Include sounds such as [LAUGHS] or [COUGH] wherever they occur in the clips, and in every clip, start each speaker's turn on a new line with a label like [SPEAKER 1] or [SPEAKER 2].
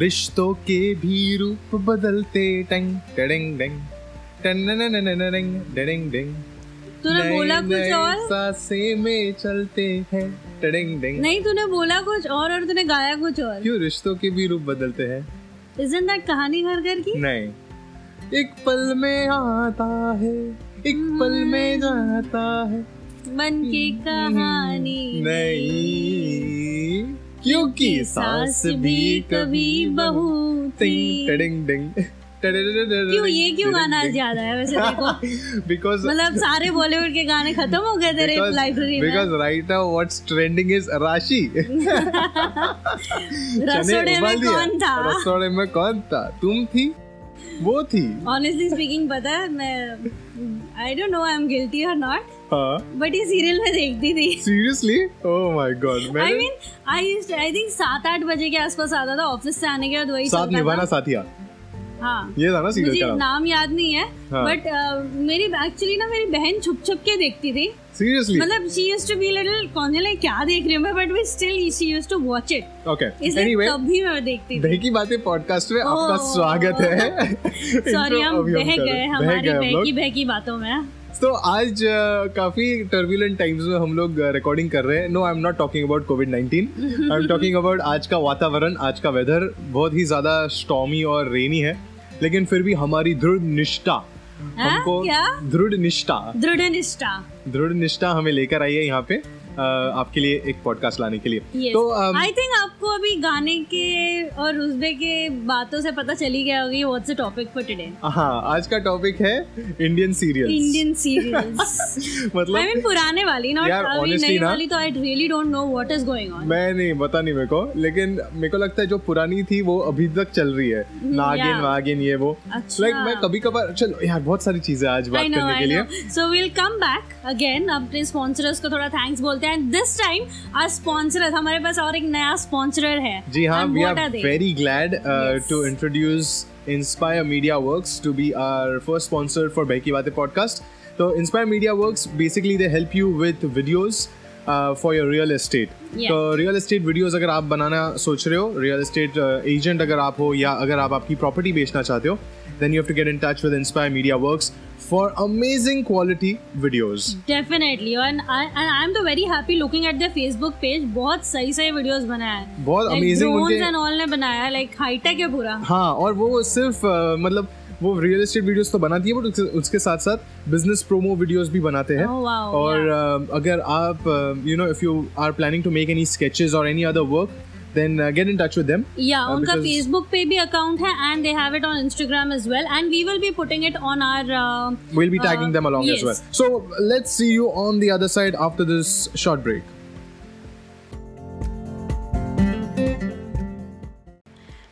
[SPEAKER 1] रिश्तों के भी रूप बदलते टंग टडेंग डेंग टननननननंग डेंग डेंग
[SPEAKER 2] तूने
[SPEAKER 1] नए-
[SPEAKER 2] बोला
[SPEAKER 1] नए
[SPEAKER 2] कुछ और
[SPEAKER 1] सांसे में चलते हैं टडेंग डेंग
[SPEAKER 2] नहीं तूने बोला कुछ और और तूने गाया कुछ और
[SPEAKER 1] क्यों रिश्तों के भी रूप बदलते हैं
[SPEAKER 2] इजन दैट कहानी घर घर की
[SPEAKER 1] नहीं एक पल में आता है एक पल में जाता है
[SPEAKER 2] मन की कहानी
[SPEAKER 1] नहीं क्योंकि
[SPEAKER 2] सास भी कभी बहू
[SPEAKER 1] टिंग
[SPEAKER 2] थी
[SPEAKER 1] टडिंग डिंग
[SPEAKER 2] क्यों ये क्यों गाना [LAUGHS] आज याद आया वैसे देखो
[SPEAKER 1] because
[SPEAKER 2] मतलब सारे बॉलीवुड के गाने खत्म हो गए तेरे
[SPEAKER 1] because
[SPEAKER 2] लाइब्रेरी में
[SPEAKER 1] because right now what's trending is [LAUGHS] राशि
[SPEAKER 2] रसोड़े में कौन था
[SPEAKER 1] रसोड़े में कौन था तुम थी वो थी
[SPEAKER 2] ऑनेस्टली स्पीकिंग पता है मैं I don't know I am guilty और नॉट
[SPEAKER 1] हाँ
[SPEAKER 2] बट ये सीरियल में देखती थी
[SPEAKER 1] seriously oh my god
[SPEAKER 2] I
[SPEAKER 1] मैंने
[SPEAKER 2] mean I used I think सात आठ बजे के आसपास आता था ऑफिस से आने के बाद वही
[SPEAKER 1] साथ
[SPEAKER 2] चलता
[SPEAKER 1] निभाना
[SPEAKER 2] था
[SPEAKER 1] साथिया
[SPEAKER 2] हाँ
[SPEAKER 1] ये था ना सीरियल
[SPEAKER 2] मुझे
[SPEAKER 1] का नाम
[SPEAKER 2] नाम याद नहीं है
[SPEAKER 1] हाँ।
[SPEAKER 2] बट मेरी एक्चुअली ना मेरी बहन छुप छुप के देखती थी
[SPEAKER 1] सीरियसली
[SPEAKER 2] मतलब she used to be little कौन है क्या देख रही हूं मैं but we still she used to watch it
[SPEAKER 1] okay
[SPEAKER 2] इसलिए
[SPEAKER 1] एनीवे
[SPEAKER 2] तब तो भी मैं देखती थी
[SPEAKER 1] दही की बातें पॉडकास्ट में आपका
[SPEAKER 2] Oh.
[SPEAKER 1] स्वागत है [LAUGHS]
[SPEAKER 2] सॉरी
[SPEAKER 1] Intro
[SPEAKER 2] हम
[SPEAKER 1] अभी
[SPEAKER 2] बह
[SPEAKER 1] कर रहे
[SPEAKER 2] गए
[SPEAKER 1] हैं। बह
[SPEAKER 2] हमारी
[SPEAKER 1] गए हम
[SPEAKER 2] बहकी
[SPEAKER 1] लोग
[SPEAKER 2] बहकी बातों में
[SPEAKER 1] तो आज अ, काफी टर्बुलेंट टाइम्स में हम लोग रिकॉर्डिंग कर रहे हैं no I am not talking about COVID 19 I am
[SPEAKER 2] [LAUGHS]
[SPEAKER 1] talking about आज का वातावरण आज का वेदर बहुत ही ज्यादा स्टॉमी और रेनी है लेकिन फिर भी हमारी दृढ़ निष्ठा
[SPEAKER 2] हाँ?
[SPEAKER 1] हमको
[SPEAKER 2] क्या?
[SPEAKER 1] दृढ़ निष्ठा
[SPEAKER 2] दृढ़ निष्ठा
[SPEAKER 1] दृढ़ निष्ठा हमें लेकर आई है यहाँ पे अ, आपके लिए एक पॉडकास्ट लाने के लिए तो अम,
[SPEAKER 2] आई थिंक आपको अभी गाने के और रुतबे के बातों से पता चली गया होगी what's the topic for today
[SPEAKER 1] हाँ आज का टॉपिक है इंडियन सीरियल
[SPEAKER 2] इंडियन सीरियल्स आई
[SPEAKER 1] [LAUGHS] मतलब
[SPEAKER 2] मीन पुराने वाली नॉट
[SPEAKER 1] यार,
[SPEAKER 2] अभी
[SPEAKER 1] honestly
[SPEAKER 2] नई
[SPEAKER 1] ना-
[SPEAKER 2] वाली तो I really don't know what is going on
[SPEAKER 1] मैं नहीं पता नहीं मेरे को लेकिन मेरे को लगता है जो पुरानी थी वो अभी तक चल रही है नागिन
[SPEAKER 2] yeah.
[SPEAKER 1] वागिन ये वो
[SPEAKER 2] अच्छा।
[SPEAKER 1] Like, मैं कभी कभार चलो यार बहुत सारी चीजें आज बात
[SPEAKER 2] आई नो
[SPEAKER 1] करने के
[SPEAKER 2] आई
[SPEAKER 1] लिए
[SPEAKER 2] no so we'll come back again अपने स्पॉन्सरर्स को थोड़ा थैंक्स बोलते हैं दिस टाइम आर स्पॉन्सर हमारे पास और एक नया स्पॉन्सरर है
[SPEAKER 1] जी हाँ
[SPEAKER 2] And
[SPEAKER 1] we
[SPEAKER 2] what
[SPEAKER 1] are
[SPEAKER 2] are they?
[SPEAKER 1] Very glad
[SPEAKER 2] Yes.
[SPEAKER 1] To introduce Inspire Media Works to be our first sponsor for Behki Baatein podcast तो Inspire Media Works basically they help you with videos for your real estate
[SPEAKER 2] Yeah.
[SPEAKER 1] तो real estate videos अगर आप बनाना सोच रहे हो real estate agent अगर आप हो या अगर आप आपकी प्रॉपर्टी बेचना चाहते हो then you have to gate in touch with Inspire Media Works for amazing quality videos
[SPEAKER 2] definitely and I am तो very happy looking at the Facebook page बहुत सही सही वीडियोस बनाया है
[SPEAKER 1] बहुत अमेजिंग उनके
[SPEAKER 2] एंड ऑल ने बनाया है लाइक हाईटेक है पूरा
[SPEAKER 1] हाँ और वो सिर्फ अ, मतलब वो रियल एस्टेट वीडियोस तो बनाती है बट उसके, उसके साथ साथ बिजनेस प्रोमो वीडियोस भी बनाते हैं
[SPEAKER 2] Oh, wow,
[SPEAKER 1] और अ, अगर आप you know if you are planning to make any sketches और any other work then get in touch with them
[SPEAKER 2] या
[SPEAKER 1] Uh,
[SPEAKER 2] उनका
[SPEAKER 1] because-
[SPEAKER 2] फेसबुक पे भी अकाउंट है and they have it on Instagram as well and we will be putting it on our
[SPEAKER 1] We'll be tagging them along as
[SPEAKER 2] Uh, yes.
[SPEAKER 1] well. So let's see you on the other side after this short break.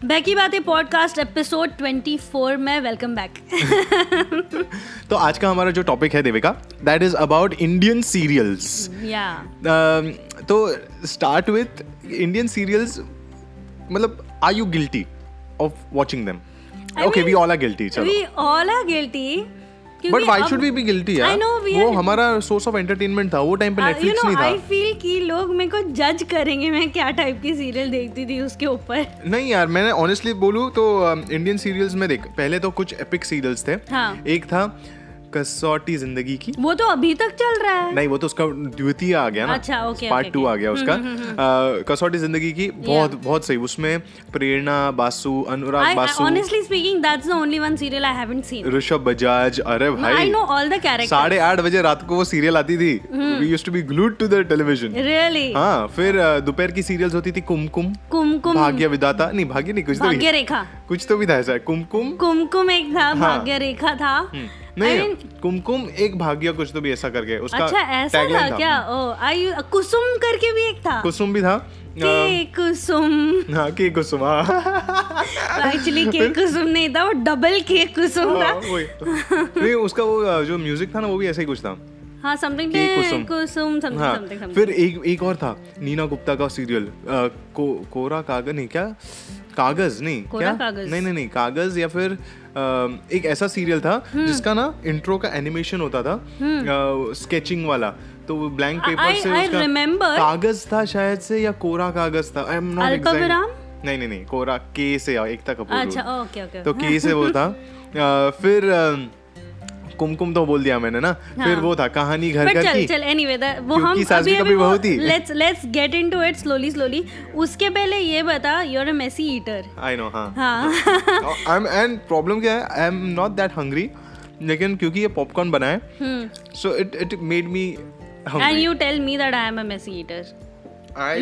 [SPEAKER 2] Behki Baatein podcast episode 24 में welcome [LAUGHS] back
[SPEAKER 1] तो आज का हमारा जो topic है Devika that is about Indian serials
[SPEAKER 2] या
[SPEAKER 1] तो start with Indian serials मतलब are you guilty of watching them
[SPEAKER 2] I
[SPEAKER 1] okay we
[SPEAKER 2] mean,
[SPEAKER 1] all are guilty चलो
[SPEAKER 2] we all are guilty
[SPEAKER 1] but why should we be guilty
[SPEAKER 2] I know, we
[SPEAKER 1] वो
[SPEAKER 2] are- Uh,
[SPEAKER 1] हमारा source of entertainment था वो time पे
[SPEAKER 2] you
[SPEAKER 1] Netflix
[SPEAKER 2] no
[SPEAKER 1] नहीं
[SPEAKER 2] आई
[SPEAKER 1] था
[SPEAKER 2] feel कि लोग मेरे को जज करेंगे मैं क्या टाइप की सीरियल देखती थी उसके ऊपर
[SPEAKER 1] नहीं यार मैंने ऑनेस्टली बोलूं तो इंडियन सीरियल्स में देख पहले तो कुछ एपिक सीरियल्स थे
[SPEAKER 2] हाँ।
[SPEAKER 1] एक था कसौटी जिंदगी की
[SPEAKER 2] वो तो अभी तक चल रहा है
[SPEAKER 1] नहीं वो तो उसका द्वितीय आ गया ना
[SPEAKER 2] अच्छा, okay,
[SPEAKER 1] part
[SPEAKER 2] okay,
[SPEAKER 1] two
[SPEAKER 2] okay. हम्म,
[SPEAKER 1] आ गया उसका अ, कसौटी जिंदगी की बहुत बहुत सही उसमें Prerna Basu Anurag Basu
[SPEAKER 2] honestly speaking that's the only one serial I haven't seen
[SPEAKER 1] Rishabh Bajaj अरे
[SPEAKER 2] आई
[SPEAKER 1] भाई
[SPEAKER 2] नो ऑल द कैरेक्टर
[SPEAKER 1] साढ़े आठ बजे रात को वो सीरियल आती थी
[SPEAKER 2] हम्म।
[SPEAKER 1] We used to be glued to the television
[SPEAKER 2] really
[SPEAKER 1] हाँ फिर अ, दोपहर की सीरियल्स होती थी कुमकुम
[SPEAKER 2] कुमकुम
[SPEAKER 1] भाग्य विदाता नहीं भाग्य नहीं कुछ तो भी
[SPEAKER 2] भाग्य रेखा
[SPEAKER 1] कुछ तो भी था ऐसा कुमकुम
[SPEAKER 2] कुमकुम एक था भाग्य रेखा था I
[SPEAKER 1] हाँ। हम्म, नहीं
[SPEAKER 2] mean,
[SPEAKER 1] कुमकुम एक भाग्य कुछ तो भी ऐसा करके उसका
[SPEAKER 2] अच्छा ऐसा
[SPEAKER 1] tagline
[SPEAKER 2] था क्या ओ आई कुसुम करके भी एक था
[SPEAKER 1] कुसुम भी था हाँ।
[SPEAKER 2] के कुसुम
[SPEAKER 1] अ, हाँ के कुसुम हाँ
[SPEAKER 2] एक्चुअली
[SPEAKER 1] [LAUGHS]
[SPEAKER 2] के कुसुम नहीं था वो डबल के कुसुम था
[SPEAKER 1] हाँ, वही। नहीं उसका वो अ, जो म्यूजिक था ना वो भी ऐसा ही कुछ था
[SPEAKER 2] हाँ समथिंग
[SPEAKER 1] के कुसुम।
[SPEAKER 2] कुसुम समथिंग
[SPEAKER 1] हाँ
[SPEAKER 2] समथिंग
[SPEAKER 1] फिर एक एक और था नीना गुप्ता का सीरियल को, कोरा कागज नहीं क्या कागज नहीं
[SPEAKER 2] कोरा
[SPEAKER 1] क्या
[SPEAKER 2] कागज।
[SPEAKER 1] नहीं नहीं नहीं कागज या फिर अम, एक ऐसा सीरियल था
[SPEAKER 2] हम्म.
[SPEAKER 1] जिसका ना इंट्रो का एनिमेशन होता था स्केचिंग वाला तो वो ब्लैंक
[SPEAKER 2] I-
[SPEAKER 1] पेपर
[SPEAKER 2] I-
[SPEAKER 1] से
[SPEAKER 2] I
[SPEAKER 1] उसका
[SPEAKER 2] remember.
[SPEAKER 1] कागज था शायद से या कोरा कागज था आई एम नॉट
[SPEAKER 2] अल्पविराम?
[SPEAKER 1] नहीं नहीं नहीं कोरा के से आ- एकता कपूर
[SPEAKER 2] अच्छा
[SPEAKER 1] रोड।
[SPEAKER 2] ओके ओके
[SPEAKER 1] तो के से वो
[SPEAKER 2] [LAUGHS]
[SPEAKER 1] था अ, फिर अ, कुमकुम तो बोल दिया मैंने ना फिर
[SPEAKER 2] हाँ।
[SPEAKER 1] वो था कहानी घर
[SPEAKER 2] बट
[SPEAKER 1] घर
[SPEAKER 2] चल
[SPEAKER 1] की
[SPEAKER 2] चल एनीवे वो
[SPEAKER 1] क्योंकि
[SPEAKER 2] हम
[SPEAKER 1] सास भी
[SPEAKER 2] अभी
[SPEAKER 1] कभी बहू थी।
[SPEAKER 2] अभी let's let's get into it slowly slowly उसके पहले ये बता you are a messy eater
[SPEAKER 1] I know हाँ
[SPEAKER 2] [LAUGHS] हाँ
[SPEAKER 1] आई एम एंड प्रॉब्लम क्या है I am not that hungry लेकिन क्योंकि ये पॉपकॉर्न बना है
[SPEAKER 2] हम्म।
[SPEAKER 1] So it it made me Oh
[SPEAKER 2] and you tell me that I am a messy eater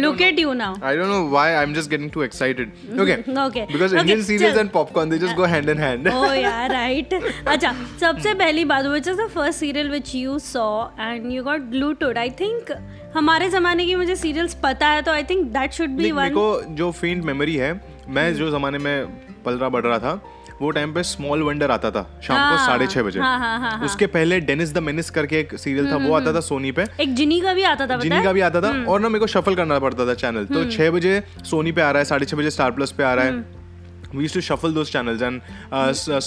[SPEAKER 2] look at you now
[SPEAKER 1] I don't know why I'm just getting too excited. Okay.
[SPEAKER 2] Mm-hmm. Okay.
[SPEAKER 1] Because
[SPEAKER 2] Okay,
[SPEAKER 1] Indian cereals
[SPEAKER 2] चल।
[SPEAKER 1] and popcorn they just go hand in hand.
[SPEAKER 2] oh yeah right अच्छा सबसे पहली बात which is the first serial which you saw and you got glued to it I think हमारे जमाने की मुझे serials पता है तो I think that should be
[SPEAKER 1] नहीं, मेरे
[SPEAKER 2] one Hmm.
[SPEAKER 1] को जो फेंट मेमोरी है मैं जो जमाने में पल रहा बढ़ रहा था वो टाइम पे स्मॉल वंडर आता था शाम को
[SPEAKER 2] हाँ,
[SPEAKER 1] साढ़े छह बजे
[SPEAKER 2] हाँ, हाँ, हाँ, हम्म, हाँ।
[SPEAKER 1] उसके पहले डेनिस द मेनिस करके एक सीरियल था वो आता था सोनी पे
[SPEAKER 2] हाँ। एक जिनी का भी आता था पता
[SPEAKER 1] जिनी का
[SPEAKER 2] है हम्म।
[SPEAKER 1] भी आता था और ना मेरे को शफल करना पड़ता था चैनल तो छह बजे सोनी पे आ रहा है साढ़े छह बजे स्टार प्लस पे आ रहा है
[SPEAKER 2] हम्म।
[SPEAKER 1] We to shuffle those channels and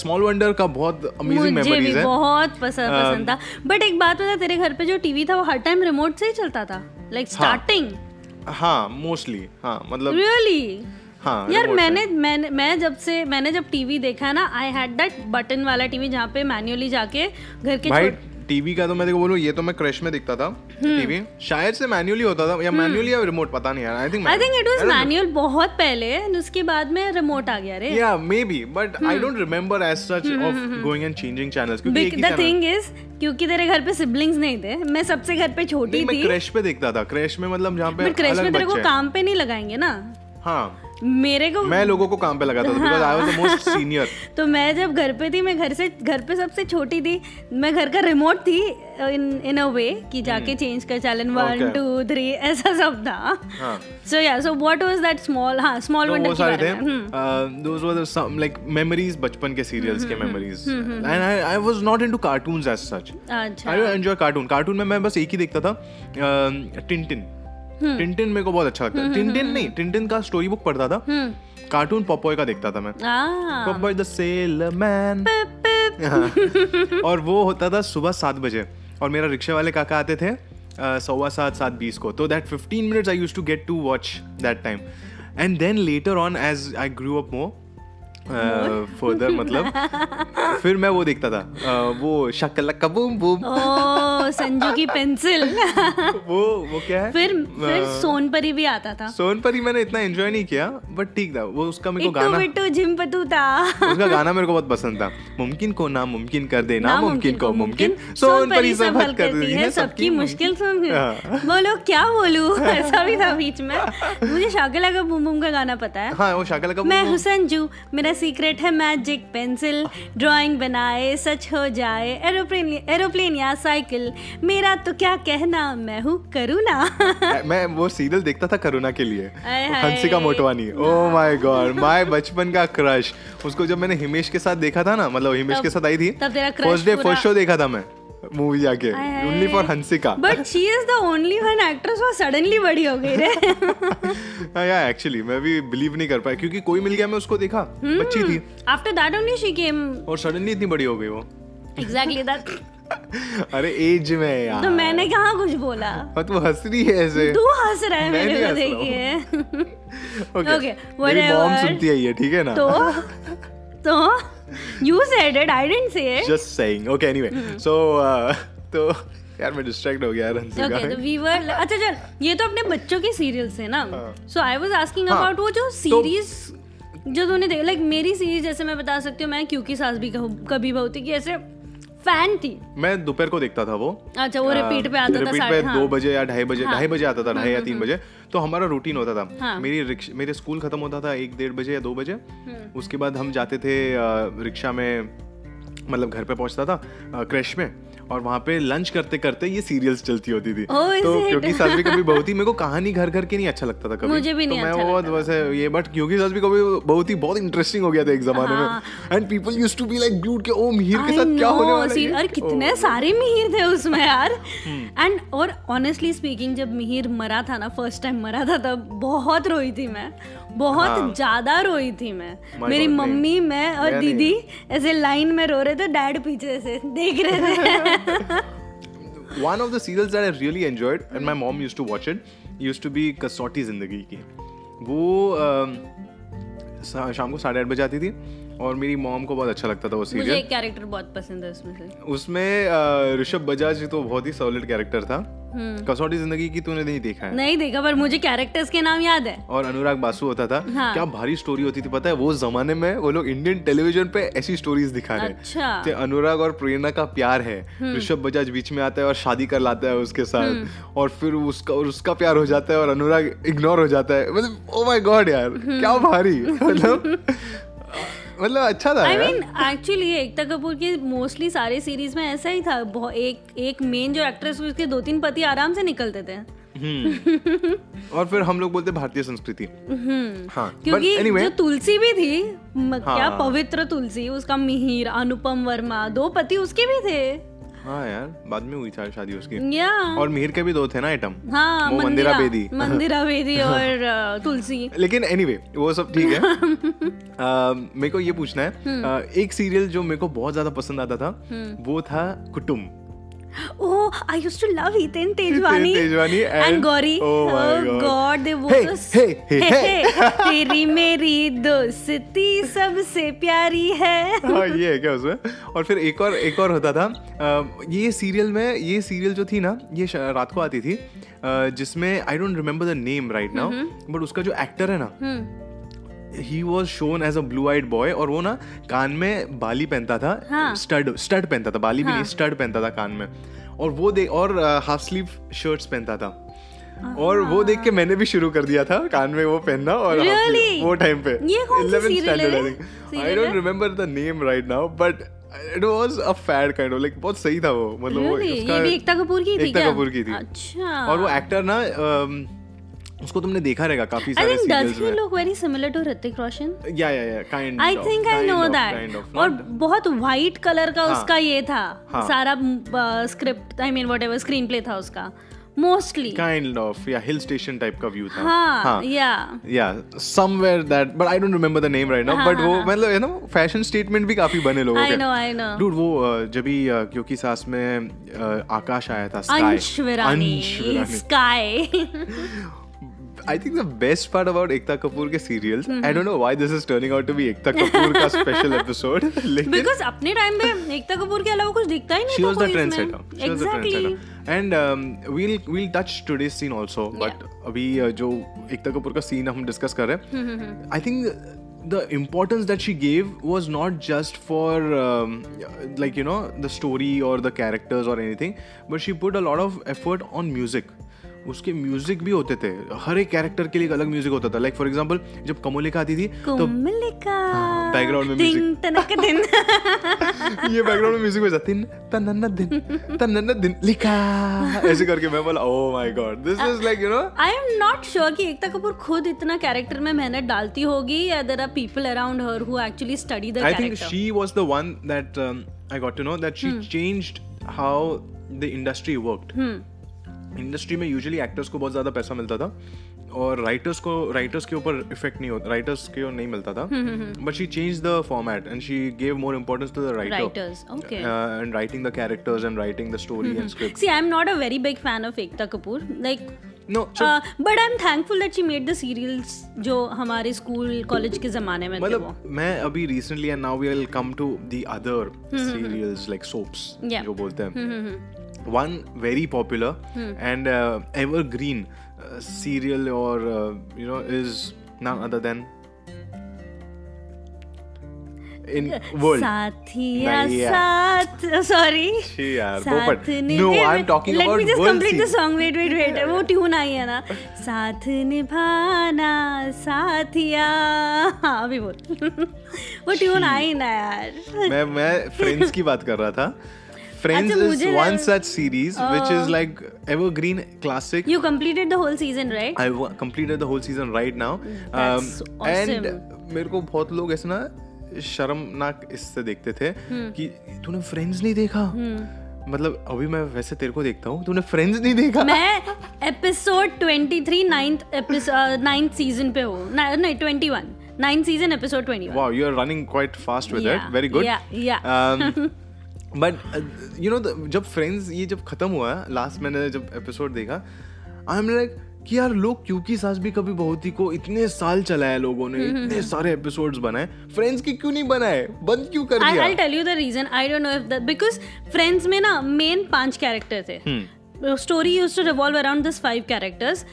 [SPEAKER 1] small wonder uh, का बहुत अमेजिंग
[SPEAKER 2] मुझे भी
[SPEAKER 1] मेमोरीज है हाँ।
[SPEAKER 2] बहुत पसंद पसंद था बट एक बात बता तेरे घर पे जो टीवी था वो हर टाइम रिमोट से ही चलता था लाइक स्टार्टिंग
[SPEAKER 1] हाँ मोस्टली हाँ मतलब
[SPEAKER 2] रियली
[SPEAKER 1] हाँ
[SPEAKER 2] यार
[SPEAKER 1] remote
[SPEAKER 2] मैंने मैंने मैं जब से मैंने जब टीवी देखा है ना आई हैड दैट बटन वाला टीवी जहाँ पे मैन्युअली जाके घर के
[SPEAKER 1] भाई
[SPEAKER 2] छोटे-
[SPEAKER 1] टीवी का तो मैं देखो बोलूं ये तो मैं क्रश में दिखता था
[SPEAKER 2] हम्म।
[SPEAKER 1] टीवी शायद से मैन्युअली होता था या मैन्युअली या रिमोट पता नहीं यार I think
[SPEAKER 2] I think it was manual बहुत पहले and उसके बाद में रिमोट आ गया रे
[SPEAKER 1] या maybe but
[SPEAKER 2] hmm.
[SPEAKER 1] I don't remember as such of going and changing channels क्योंकि एक ही
[SPEAKER 2] द
[SPEAKER 1] channel-
[SPEAKER 2] थिंग इज क्योंकि तेरे घर पे सिबलिंग्स नहीं थे मैं सबसे घर पे छोटी
[SPEAKER 1] नहीं, मैं
[SPEAKER 2] थी
[SPEAKER 1] क्रश पे देखता था क्रश में मतलब जहाँ पे
[SPEAKER 2] बट क्रैश में
[SPEAKER 1] अलग
[SPEAKER 2] तेरे को
[SPEAKER 1] बच्चे
[SPEAKER 2] काम पे नहीं लगाएंगे ना
[SPEAKER 1] हैं। हाँ
[SPEAKER 2] मेरे को
[SPEAKER 1] मैं लोगों को काम पे लगाता था because I was the most senior
[SPEAKER 2] तो मैं जब घर पे थी मैं घर से घर पे सबसे छोटी थी मैं घर का रिमोट थी uh, in in a way कि जाके चेंज कर channel one
[SPEAKER 1] hmm. Okay.
[SPEAKER 2] Two three ऐसा सब था
[SPEAKER 1] हाँ
[SPEAKER 2] so yeah so what was that small हाँ स्मॉल
[SPEAKER 1] तो
[SPEAKER 2] वंडर
[SPEAKER 1] वो
[SPEAKER 2] की
[SPEAKER 1] सारे
[SPEAKER 2] बारे
[SPEAKER 1] थे uh,
[SPEAKER 2] में hmm.
[SPEAKER 1] Those were some like memories बचपन के सीरियल्स
[SPEAKER 2] हम्म,
[SPEAKER 1] के memories and I I was not into cartoons as such
[SPEAKER 2] अच्छा
[SPEAKER 1] I don't enjoy cartoon cartoon में मैं बस एक ही देखता था टिनटिन
[SPEAKER 2] हम्म।
[SPEAKER 1] टिनटिन मेरे को बहुत अच्छा लगता है टिनटिन नहीं टिनटिन का स्टोरी बुक पढ़ता था
[SPEAKER 2] हम्म।
[SPEAKER 1] कार्टून पॉपॉय का देखता था मैं
[SPEAKER 2] आ
[SPEAKER 1] पॉपॉय द सेल मैन और वो होता था सुबह सात बजे और मेरा रिक्शे वाले काका आते थे uh, सवा सात सात बीस को तो that fifteen minutes I use to get to watch that time and then later on as I grew up more further
[SPEAKER 2] [LAUGHS]
[SPEAKER 1] मतलब फिर मैं वो देखता था uh, वो शकलक्का बूम बूम
[SPEAKER 2] ओ संजू की पेंसिल
[SPEAKER 1] वो वो क्या है
[SPEAKER 2] फिर फिर
[SPEAKER 1] हाँ।
[SPEAKER 2] सोनपरी भी आता था
[SPEAKER 1] सोनपरी मैंने इतना एंजॉय नहीं किया बट ठीक था वो उसका मेरे को
[SPEAKER 2] इट्टू
[SPEAKER 1] गाना
[SPEAKER 2] बिट्टू झिम पतू था
[SPEAKER 1] उसका गाना मेरे को बहुत पसंद था मुमकिन को नामुमकिन कर दे नामुमकिन को मुमकिन
[SPEAKER 2] सोनपरी सब हल करती है सबकी मुश्किल
[SPEAKER 1] हाँ।
[SPEAKER 2] सुन बोलो क्या बोलूं
[SPEAKER 1] [LAUGHS]
[SPEAKER 2] ऐसा भी था बीच में मुझे शाकिला का बूम बूम का गाना पता है
[SPEAKER 1] हाँ वो शकल का
[SPEAKER 2] मैं हूँ संजू मेरा सीक्रेट है मैजिक पेंसिल ड्राइंग बनाए सच हो जाए एरोप्लेन एरोप्लेन या साइकिल मेरा तो क्या कहना मैं हूँ करुणा
[SPEAKER 1] मैं वो सीरियल देखता था करुणा के लिए
[SPEAKER 2] आय हाय।
[SPEAKER 1] Hansika Motwani Oh oh my god my बचपन का क्रश उसको जब मैंने हिमेश के साथ देखा था ना मतलब हिमेश
[SPEAKER 2] तब-
[SPEAKER 1] के साथ आई थी
[SPEAKER 2] तब तेरा crush
[SPEAKER 1] फर्स्ट डे
[SPEAKER 2] पूरा-
[SPEAKER 1] फर्स्ट शो देखा था मैं मूवी जाके
[SPEAKER 2] आय हाय।
[SPEAKER 1] Only for Hansika
[SPEAKER 2] but she is the only one actress वो सडनली बड़ी हो गई रे
[SPEAKER 1] या एक्चुअली हाँ, मैं भी बिलीव नहीं कर पाया क्योंकि कोई मिल गया मैं उसको देखा
[SPEAKER 2] हम्म।
[SPEAKER 1] बच्ची थी
[SPEAKER 2] after that only she came
[SPEAKER 1] और सडनली इतनी बड़ी हो गई वो
[SPEAKER 2] एग्जैक्टली दैट
[SPEAKER 1] [LAUGHS] अरे एज में यार
[SPEAKER 2] तो मैंने कहाँ कुछ बोला
[SPEAKER 1] और तू तो हंस रही है ऐसे
[SPEAKER 2] तू हंस रहा है
[SPEAKER 1] मैं
[SPEAKER 2] मेरे को
[SPEAKER 1] नहीं
[SPEAKER 2] देखिए [LAUGHS] Okay,
[SPEAKER 1] ओके मेरी मॉम
[SPEAKER 2] whatever.
[SPEAKER 1] सुनती है ये ठीक है ना
[SPEAKER 2] तो तो you said it I didn't say it
[SPEAKER 1] just saying okay
[SPEAKER 2] Hmm.
[SPEAKER 1] Anyway सो [LAUGHS] तो यार मैं डिस्ट्रैक्ट हो गया यार हंसी
[SPEAKER 2] ओके तो
[SPEAKER 1] का
[SPEAKER 2] वी वर अच्छा चल ये तो अपने बच्चों के सीरियल से ना सो आई वाज आस्किंग
[SPEAKER 1] हाँ,
[SPEAKER 2] अबाउट वो जो सीरीज जो तूने देख लाइक मेरी सीरीज जैसे मैं बता सकती हूँ मैं क्योंकि सास भी कहूँ- कभी बहुत थी कि ऐसे फैन थी
[SPEAKER 1] मैं दोपहर को देखता था वो
[SPEAKER 2] अच्छा वो रिपीट पे आता था
[SPEAKER 1] रिपीट पे
[SPEAKER 2] साढ़े
[SPEAKER 1] दो
[SPEAKER 2] हाँ हम्म,
[SPEAKER 1] बजे या ढाई बजे ढाई बजे आता था ढाई या तीन बजे तो हमारा रूटीन होता था
[SPEAKER 2] हाँ। हम्म,
[SPEAKER 1] मेरी रिक्श- मेरे स्कूल खत्म होता था एक डेढ़ बजे या दो बजे उसके बाद हम जाते थे अ, रिक्शा में मतलब घर पे पहुंचता था क्रैश में और वहाँ पे लंच करते करते ये सीरियल्स चलती होती थी
[SPEAKER 2] Oh, is
[SPEAKER 1] तो
[SPEAKER 2] it?
[SPEAKER 1] क्योंकि सास भी कभी बहुत ही मेरे को कहानी घर घर के नहीं अच्छा लगता था कभी
[SPEAKER 2] मुझे भी
[SPEAKER 1] तो
[SPEAKER 2] नहीं
[SPEAKER 1] मैं
[SPEAKER 2] अच्छा
[SPEAKER 1] वो बहुत वैसे ये बट क्योंकि सास भी कभी बहुत ही बहुत इंटरेस्टिंग हो गया था एक जमाने में and people used to be like glued के ओ मिहिर के
[SPEAKER 2] हाँ। I
[SPEAKER 1] साथ क्या होने
[SPEAKER 2] know,
[SPEAKER 1] वाला है
[SPEAKER 2] see,
[SPEAKER 1] ये?" हम्म।
[SPEAKER 2] और कितने सारे मिहिर थे उसमें यार एंड और ऑनेस्टली स्पीकिंग जब मिहिर मरा था ना फर्स्ट टाइम मरा था तब बहुत रोई थी मैं बहुत ज्यादा रोई थी मैं
[SPEAKER 1] हाँ। My
[SPEAKER 2] मेरी
[SPEAKER 1] God, नहीं।
[SPEAKER 2] मम्मी मैं और
[SPEAKER 1] मैं नहीं।
[SPEAKER 2] दीदी ऐसे लाइन में रो रहे थे डैड पीछे से देख रहे
[SPEAKER 1] [LAUGHS]
[SPEAKER 2] थे
[SPEAKER 1] one of the serials that I really enjoyed, and my mom used to watch it, used to be Kasauti Zindagi Ki. वो um, सा- शाम को साढ़े आठ बजे आती थी और मेरी मॉम को बहुत अच्छा लगता था वो
[SPEAKER 2] मुझे
[SPEAKER 1] सीरियल
[SPEAKER 2] एक कैरेक्टर बहुत पसंद है उसमें
[SPEAKER 1] हाँ।
[SPEAKER 2] से
[SPEAKER 1] उसमें अ, ऋषभ बजाज तो बहुत ही सॉलिड कैरेक्टर था कसौटी जिंदगी की तूने नहीं देखा है
[SPEAKER 2] हम्म। नहीं देखा पर मुझे कैरेक्टर्स के नाम याद है
[SPEAKER 1] और अनुराग बासु होता था
[SPEAKER 2] हाँ।
[SPEAKER 1] क्या भारी स्टोरी होती थी पता है वो जमाने में वो लोग इंडियन टेलीविजन पे ऐसी स्टोरीज दिखा रहे हैं।
[SPEAKER 2] अच्छा
[SPEAKER 1] कि अनुराग और प्रेरणा का प्यार
[SPEAKER 2] हम्म।
[SPEAKER 1] है ऋषभ बजाज बीच में आता है और शादी कर लाता है उसके साथ और फिर उसका और उसका प्यार हो जाता है और अनुराग इग्नोर हो जाता है मतलब ओ माय गॉड यार
[SPEAKER 2] हम्म।
[SPEAKER 1] क्या
[SPEAKER 2] [LAUGHS]
[SPEAKER 1] भारी मतलब मतलब अच्छा था
[SPEAKER 2] आई
[SPEAKER 1] यार।
[SPEAKER 2] मीन एक्चुअली एकता कपूर के मोस्टली सारे सीरीज में ऐसा ही था बहु- एक एक मेन जो एक्ट्रेस उसके दो तीन पति आराम से निकलते थे
[SPEAKER 1] और फिर हम लोग बोलते हैं भारतीय संस्कृति हाँ but
[SPEAKER 2] हम्म। क्योंकि
[SPEAKER 1] anyway,
[SPEAKER 2] जो तुलसी भी थी म- क्या
[SPEAKER 1] हाँ।
[SPEAKER 2] पवित्र तुलसी उसका मिहिर अनुपम वर्मा दो पति उसके भी थे
[SPEAKER 1] हाँ यार बाद में हुई था शादी उसकी
[SPEAKER 2] या
[SPEAKER 1] और मिहिर के भी दो थे ना आइटम
[SPEAKER 2] हाँ
[SPEAKER 1] वो मंदिरा बेदी
[SPEAKER 2] मंदिरा
[SPEAKER 1] [LAUGHS]
[SPEAKER 2] बेदी और अ, तुलसी
[SPEAKER 1] लेकिन एनीवे anyway, वो सब ठीक है अ, मेरे को ये पूछना है अ, एक सीरियल जो मेरे को बहुत ज्यादा पसंद आता था वो था Kutumb
[SPEAKER 2] oh I used to love Hiten Tejwani
[SPEAKER 1] Tejwani
[SPEAKER 2] and Gauri
[SPEAKER 1] oh my god
[SPEAKER 2] god दे वो
[SPEAKER 1] Hey,
[SPEAKER 2] तो
[SPEAKER 1] hey, hey, hey. [LAUGHS]
[SPEAKER 2] तेरी मेरी दोस्ती सबसे प्यारी है
[SPEAKER 1] हाँ ये है क्या उसमें और फिर एक और एक और होता था अ, ये सीरियल में ये सीरियल जो थी ना ये शा- रात को आती थी अ, जिसमें I don't remember the name right now but उसका जो एक्टर है ना
[SPEAKER 2] हम्म,
[SPEAKER 1] he was shown as a blue eyed boy और वो ना कान में बाली पहनता था
[SPEAKER 2] हाँ।
[SPEAKER 1] स्टड स्टड पहनता था बाली भी नहीं स्टड पहनता था कान में और वो देख और uh, हाफ स्लीव शर्ट्स पहनता था और वो देख के मैंने भी शुरू कर दिया था कान में वो पहनना और half sleeve-
[SPEAKER 2] Really?
[SPEAKER 1] वो टाइम पे
[SPEAKER 2] ये कौन सी serial है?
[SPEAKER 1] आई
[SPEAKER 2] Serial
[SPEAKER 1] डोंट
[SPEAKER 2] है?
[SPEAKER 1] Remember the name right now but it was a fad kind of like बहुत सही था वो मतलब वो
[SPEAKER 2] really?
[SPEAKER 1] उसका
[SPEAKER 2] ये भी एकता कपूर की थी
[SPEAKER 1] एकता
[SPEAKER 2] क्या
[SPEAKER 1] कपूर की थी
[SPEAKER 2] अच्छा
[SPEAKER 1] और वो एक्टर ना अम, उसको तुमने देखा रहेगा काफी
[SPEAKER 2] आई
[SPEAKER 1] सारे
[SPEAKER 2] थिंक डज
[SPEAKER 1] सीरियल्स
[SPEAKER 2] ही
[SPEAKER 1] में
[SPEAKER 2] look very similar to Hrithik Roshan
[SPEAKER 1] yeah yeah yeah kind
[SPEAKER 2] I think I know that
[SPEAKER 1] that
[SPEAKER 2] और बहुत वाइट कलर का उसका ये था
[SPEAKER 1] हाँ।
[SPEAKER 2] सारा script I mean whatever screenplay था उसका mostly
[SPEAKER 1] kind of yeah hill station type का व्यू था
[SPEAKER 2] हाँ yeah
[SPEAKER 1] yeah somewhere that but I don't remember the name right now but वो मतलब यू नो फैशन स्टेटमेंट भी काफी बने लोगों
[SPEAKER 2] आई नो
[SPEAKER 1] के
[SPEAKER 2] आई नो
[SPEAKER 1] डूड वो अ, जब भी अ, क्योंकि सास में अ, आकाश आया था sky
[SPEAKER 2] Ansh Virani
[SPEAKER 1] [LAUGHS]
[SPEAKER 2] sky
[SPEAKER 1] I think the best part about Ekta Kapoor के serials I don't know why this is turning out to be Ekta Kapoor का स्पेशल [LAUGHS] एपिसोड लेकिन
[SPEAKER 2] बिकॉज अपने टाइम में एकता कपूर के अलावा कुछ दिखता ही नहीं
[SPEAKER 1] she
[SPEAKER 2] था
[SPEAKER 1] was the
[SPEAKER 2] कोई इसमें।
[SPEAKER 1] trendsetter. She was the
[SPEAKER 2] Exactly.
[SPEAKER 1] trendsetter. And um, we'll we'll touch today's scene also. But अभी uh, जो एकता कपूर का scene हम discuss कर रहे हैं, I think the importance that she gave was not just for um, like you know the story or the characters or anything, but she put a lot of effort on music. उसके music भी होते थे हर एक character के लिए एक अलग music होता था लाइक फॉर एग्जांपल जब कमोलिका आती थी तो हाँ,
[SPEAKER 2] कुमलिका
[SPEAKER 1] background में
[SPEAKER 2] टिंग
[SPEAKER 1] music.
[SPEAKER 2] टनक दिन
[SPEAKER 1] [LAUGHS] ये बैकग्राउंड में म्यूजिक बजा तिन तनन दिन तनन दिन लिखा ऐसे करके मैं बोला "Oh oh my god this is like you know
[SPEAKER 2] I am not sure कि एकता कपूर खुद इतना कैरेक्टर में मेहनत डालती होगी या there are people around her who actually study the
[SPEAKER 1] I think
[SPEAKER 2] character
[SPEAKER 1] she was the one that I got to know that she changed how the industry worked industry में usually actors को बहुत ज़्यादा पैसा मिलता था और writers को writers के ऊपर इफेक्ट नहीं होता राइटर्स के नहीं मिलता था but she change the format and she gave more importance to the writer
[SPEAKER 2] writers okay
[SPEAKER 1] and writing the characters and writing the story and script
[SPEAKER 2] see I am not a very big fan of Ekta Kapoor like
[SPEAKER 1] no
[SPEAKER 2] but I am thankful that she made the serials जो हमारे school college के जमाने में थे वो
[SPEAKER 1] मतलब मैं अभी recently and now we will come to the other serials like soaps
[SPEAKER 2] hmm, Yeah. हम्म,
[SPEAKER 1] जो बोलते हैं one very popular and evergreen serial और you know is none other then
[SPEAKER 2] [LAUGHS]
[SPEAKER 1] in world
[SPEAKER 2] Saathiya
[SPEAKER 1] नहीं यार।
[SPEAKER 2] साथ सॉरी
[SPEAKER 1] छी यार,
[SPEAKER 2] साथ
[SPEAKER 1] पोपट।
[SPEAKER 2] ने
[SPEAKER 1] No,
[SPEAKER 2] wait,
[SPEAKER 1] I'm
[SPEAKER 2] wait,
[SPEAKER 1] talking
[SPEAKER 2] let
[SPEAKER 1] about
[SPEAKER 2] me just
[SPEAKER 1] world
[SPEAKER 2] complete the
[SPEAKER 1] series.
[SPEAKER 2] song wait wait wait वो ट्यून आई है ना साथ निभाना साथिया हाँ अभी बोल [LAUGHS] वो ट्यून आई ना यार
[SPEAKER 1] मैं मैं फ्रेंड्स की बात कर रहा था फ्रेंड्स
[SPEAKER 2] [LAUGHS] अच्छा,
[SPEAKER 1] इज
[SPEAKER 2] मुझे Uh,
[SPEAKER 1] वन
[SPEAKER 2] लगा-
[SPEAKER 1] such series which is like evergreen classic
[SPEAKER 2] you completed the whole season right
[SPEAKER 1] आई completed the whole season right now um,
[SPEAKER 2] That's awesome.
[SPEAKER 1] and मेरे को बहुत लोग ऐसे ना शर्मनाक इससे देखते थे
[SPEAKER 2] हम्म।
[SPEAKER 1] कि तूने फ्रेंड्स नहीं देखा मतलब अभी मैं वैसे तेरे को देखता हूँ तूने फ्रेंड्स नहीं देखा
[SPEAKER 2] मैं episode 23 ninth episode ninth season uh, पे हूँ ना- नहीं 21 ninth season episode 21
[SPEAKER 1] wow you are running quite fast with
[SPEAKER 2] Yeah,
[SPEAKER 1] it very good
[SPEAKER 2] yeah, yeah.
[SPEAKER 1] um, [LAUGHS] uh, but you know जब फ्रेंड्स ये जब खत्म हुआ लास्ट मैंने जब एपिसोड देखा आई एम लाइक कि यार लोग क्योंकि सास भी कभी बहुत ही को इतने साल चलाया लोगों
[SPEAKER 2] हम्म,
[SPEAKER 1] ने इतने सारे एपिसोड्स बनाए फ्रेंड्स की क्यों नहीं बनाए बंद क्यों कर
[SPEAKER 2] आई
[SPEAKER 1] दिया
[SPEAKER 2] I tell you the reason I don't know if that because Friends में ना मेन पांच कैरेक्टर थे
[SPEAKER 1] हम्म।
[SPEAKER 2] Story use to revolve around this five characters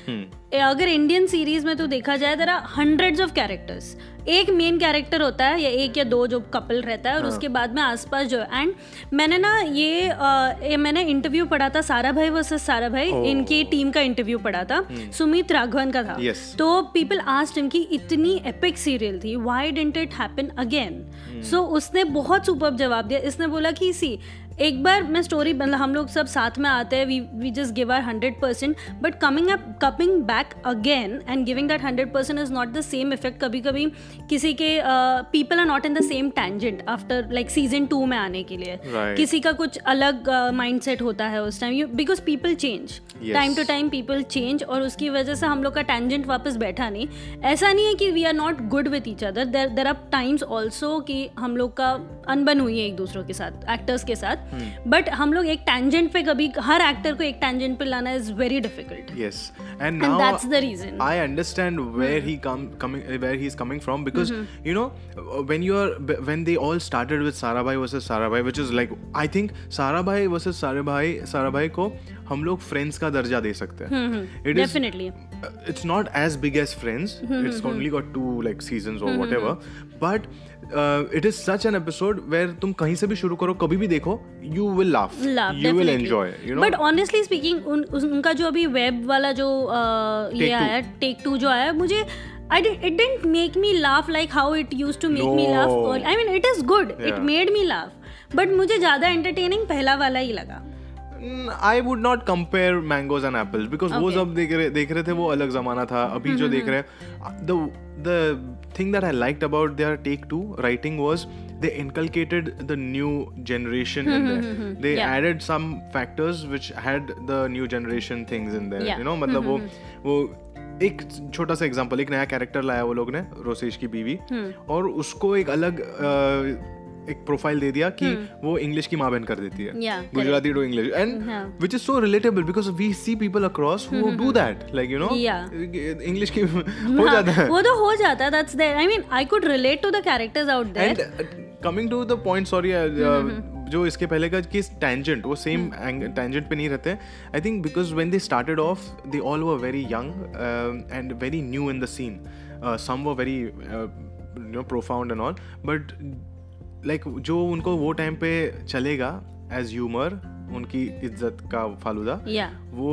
[SPEAKER 2] Eh, अगर इंडियन सीरीज में तो देखा जाए जरा हंड्रेड्स ऑफ कैरेक्टर्स एक मेन कैरेक्टर होता है या एक या दो जो कपल रहता है और उसके बाद में आसपास जो एंड मैंने ना ये, अ, ये मैंने इंटरव्यू पढ़ा था सारा भाई वर्सेस सारा भाई इनकी टीम का इंटरव्यू पढ़ा था सुमित राघवन का था
[SPEAKER 1] Yes.
[SPEAKER 2] तो पीपल आस्ट हिम कि इतनी एपिक सीरियल थी why didn't it happen
[SPEAKER 1] Hmm.
[SPEAKER 2] Again so उसने बहुत सुपर जवाब दिया इसने बोला कि सी एक बार मैं स्टोरी मतलब हम लोग सब साथ में आते हैं we we just give our hundred percent but coming up coming back again and giving that hundred percent is not the same effect कभी कभी किसी के uh, people are not in the same tangent after like season two में आने के लिए
[SPEAKER 1] Right.
[SPEAKER 2] किसी का कुछ अलग माइंड सेट होता है उस time because people change
[SPEAKER 1] Yes.
[SPEAKER 2] Time to time people change और उसकी वजह से हम लोग का टेंजेंट वापस बैठा नहीं ऐसा नहीं है कि we are not good with each other there there are times also कि हम लोग का अनबन हुई है एक दूसरों के साथ एक्टर्स के साथ बट हम लोग एक टेंजेंट पे कभी हर एक्टर को एक टेंजेंट पे लाना is very difficult
[SPEAKER 1] yes and
[SPEAKER 2] and
[SPEAKER 1] now
[SPEAKER 2] that's the reason
[SPEAKER 1] I understand where he come coming uh, where he's coming from because you know uh, when you're b- when they all started with Sarabhai versus Sarabhai which is like I think Sarabhai versus Sarabhai Sarabhai को हम लोग friends का दर्जा दे सकते हैं It is-
[SPEAKER 2] definitely
[SPEAKER 1] uh, it's not as big as friends it's only got two like seasons or whatever but uh, it is such an episode where तुम कहीं से भी शुरू करो कभी भी देखो you will laugh
[SPEAKER 2] Love,
[SPEAKER 1] you will
[SPEAKER 2] definitely.
[SPEAKER 1] enjoy you know
[SPEAKER 2] But honestly speaking, उन, उस- उनका जो अभी वेब वाला जो अ, ये
[SPEAKER 1] Take two.
[SPEAKER 2] आया टेक टू जो आया मुझे I did, it didn't make me laugh like how it used to make me
[SPEAKER 1] No.
[SPEAKER 2] laugh. Or, I mean, it is good. It
[SPEAKER 1] Yeah.
[SPEAKER 2] made me laugh. But मुझे ज़्यादा entertaining पहला वाला ही लगा.
[SPEAKER 1] Mm, I would not compare mangoes and apples because वो
[SPEAKER 2] Okay.
[SPEAKER 1] जब देख रहे देख रहे थे वो अलग जमाना था अभी जो देख रहे हैं the the thing that I liked about their take two writing was they inculcated the new generation in there
[SPEAKER 2] [LAUGHS]
[SPEAKER 1] they
[SPEAKER 2] Yeah.
[SPEAKER 1] added some factors which had the new generation things in there
[SPEAKER 2] Yeah.
[SPEAKER 1] you know मतलब
[SPEAKER 2] [LAUGHS]
[SPEAKER 1] वो वो एक छोटा सा example एक नया character लाया वो लोग ने रोसेश की बीवी
[SPEAKER 2] हम्म।
[SPEAKER 1] और उसको एक अलग अ, एक प्रोफाइल दे दिया कि वो इंग्लिश की माँ बहन कर देती है
[SPEAKER 2] हम्म। Yeah,
[SPEAKER 1] Gujarati to English, and
[SPEAKER 2] Yeah. Mm-hmm.
[SPEAKER 1] which is so relatable because we see people across who do that. Like you know,
[SPEAKER 2] Yeah.
[SPEAKER 1] English [LAUGHS] की [LAUGHS] हो
[SPEAKER 2] हाँ,
[SPEAKER 1] जाता है.
[SPEAKER 2] वो तो हो जाता है. That's there. I mean, I could relate to the characters out there.
[SPEAKER 1] And uh, coming to the point sorry uh,
[SPEAKER 2] Mm-hmm.
[SPEAKER 1] जो इसके पहले का कि tangent वो सेम
[SPEAKER 2] Mm.
[SPEAKER 1] tangent पे नहीं रहते I think because when they started off they all were very young um, and very new in the scene Uh, some were very uh, you know profound and all but like जो उनको वो time पे चलेगा as humour उनकी इज्जत का falooda
[SPEAKER 2] yeah.
[SPEAKER 1] वो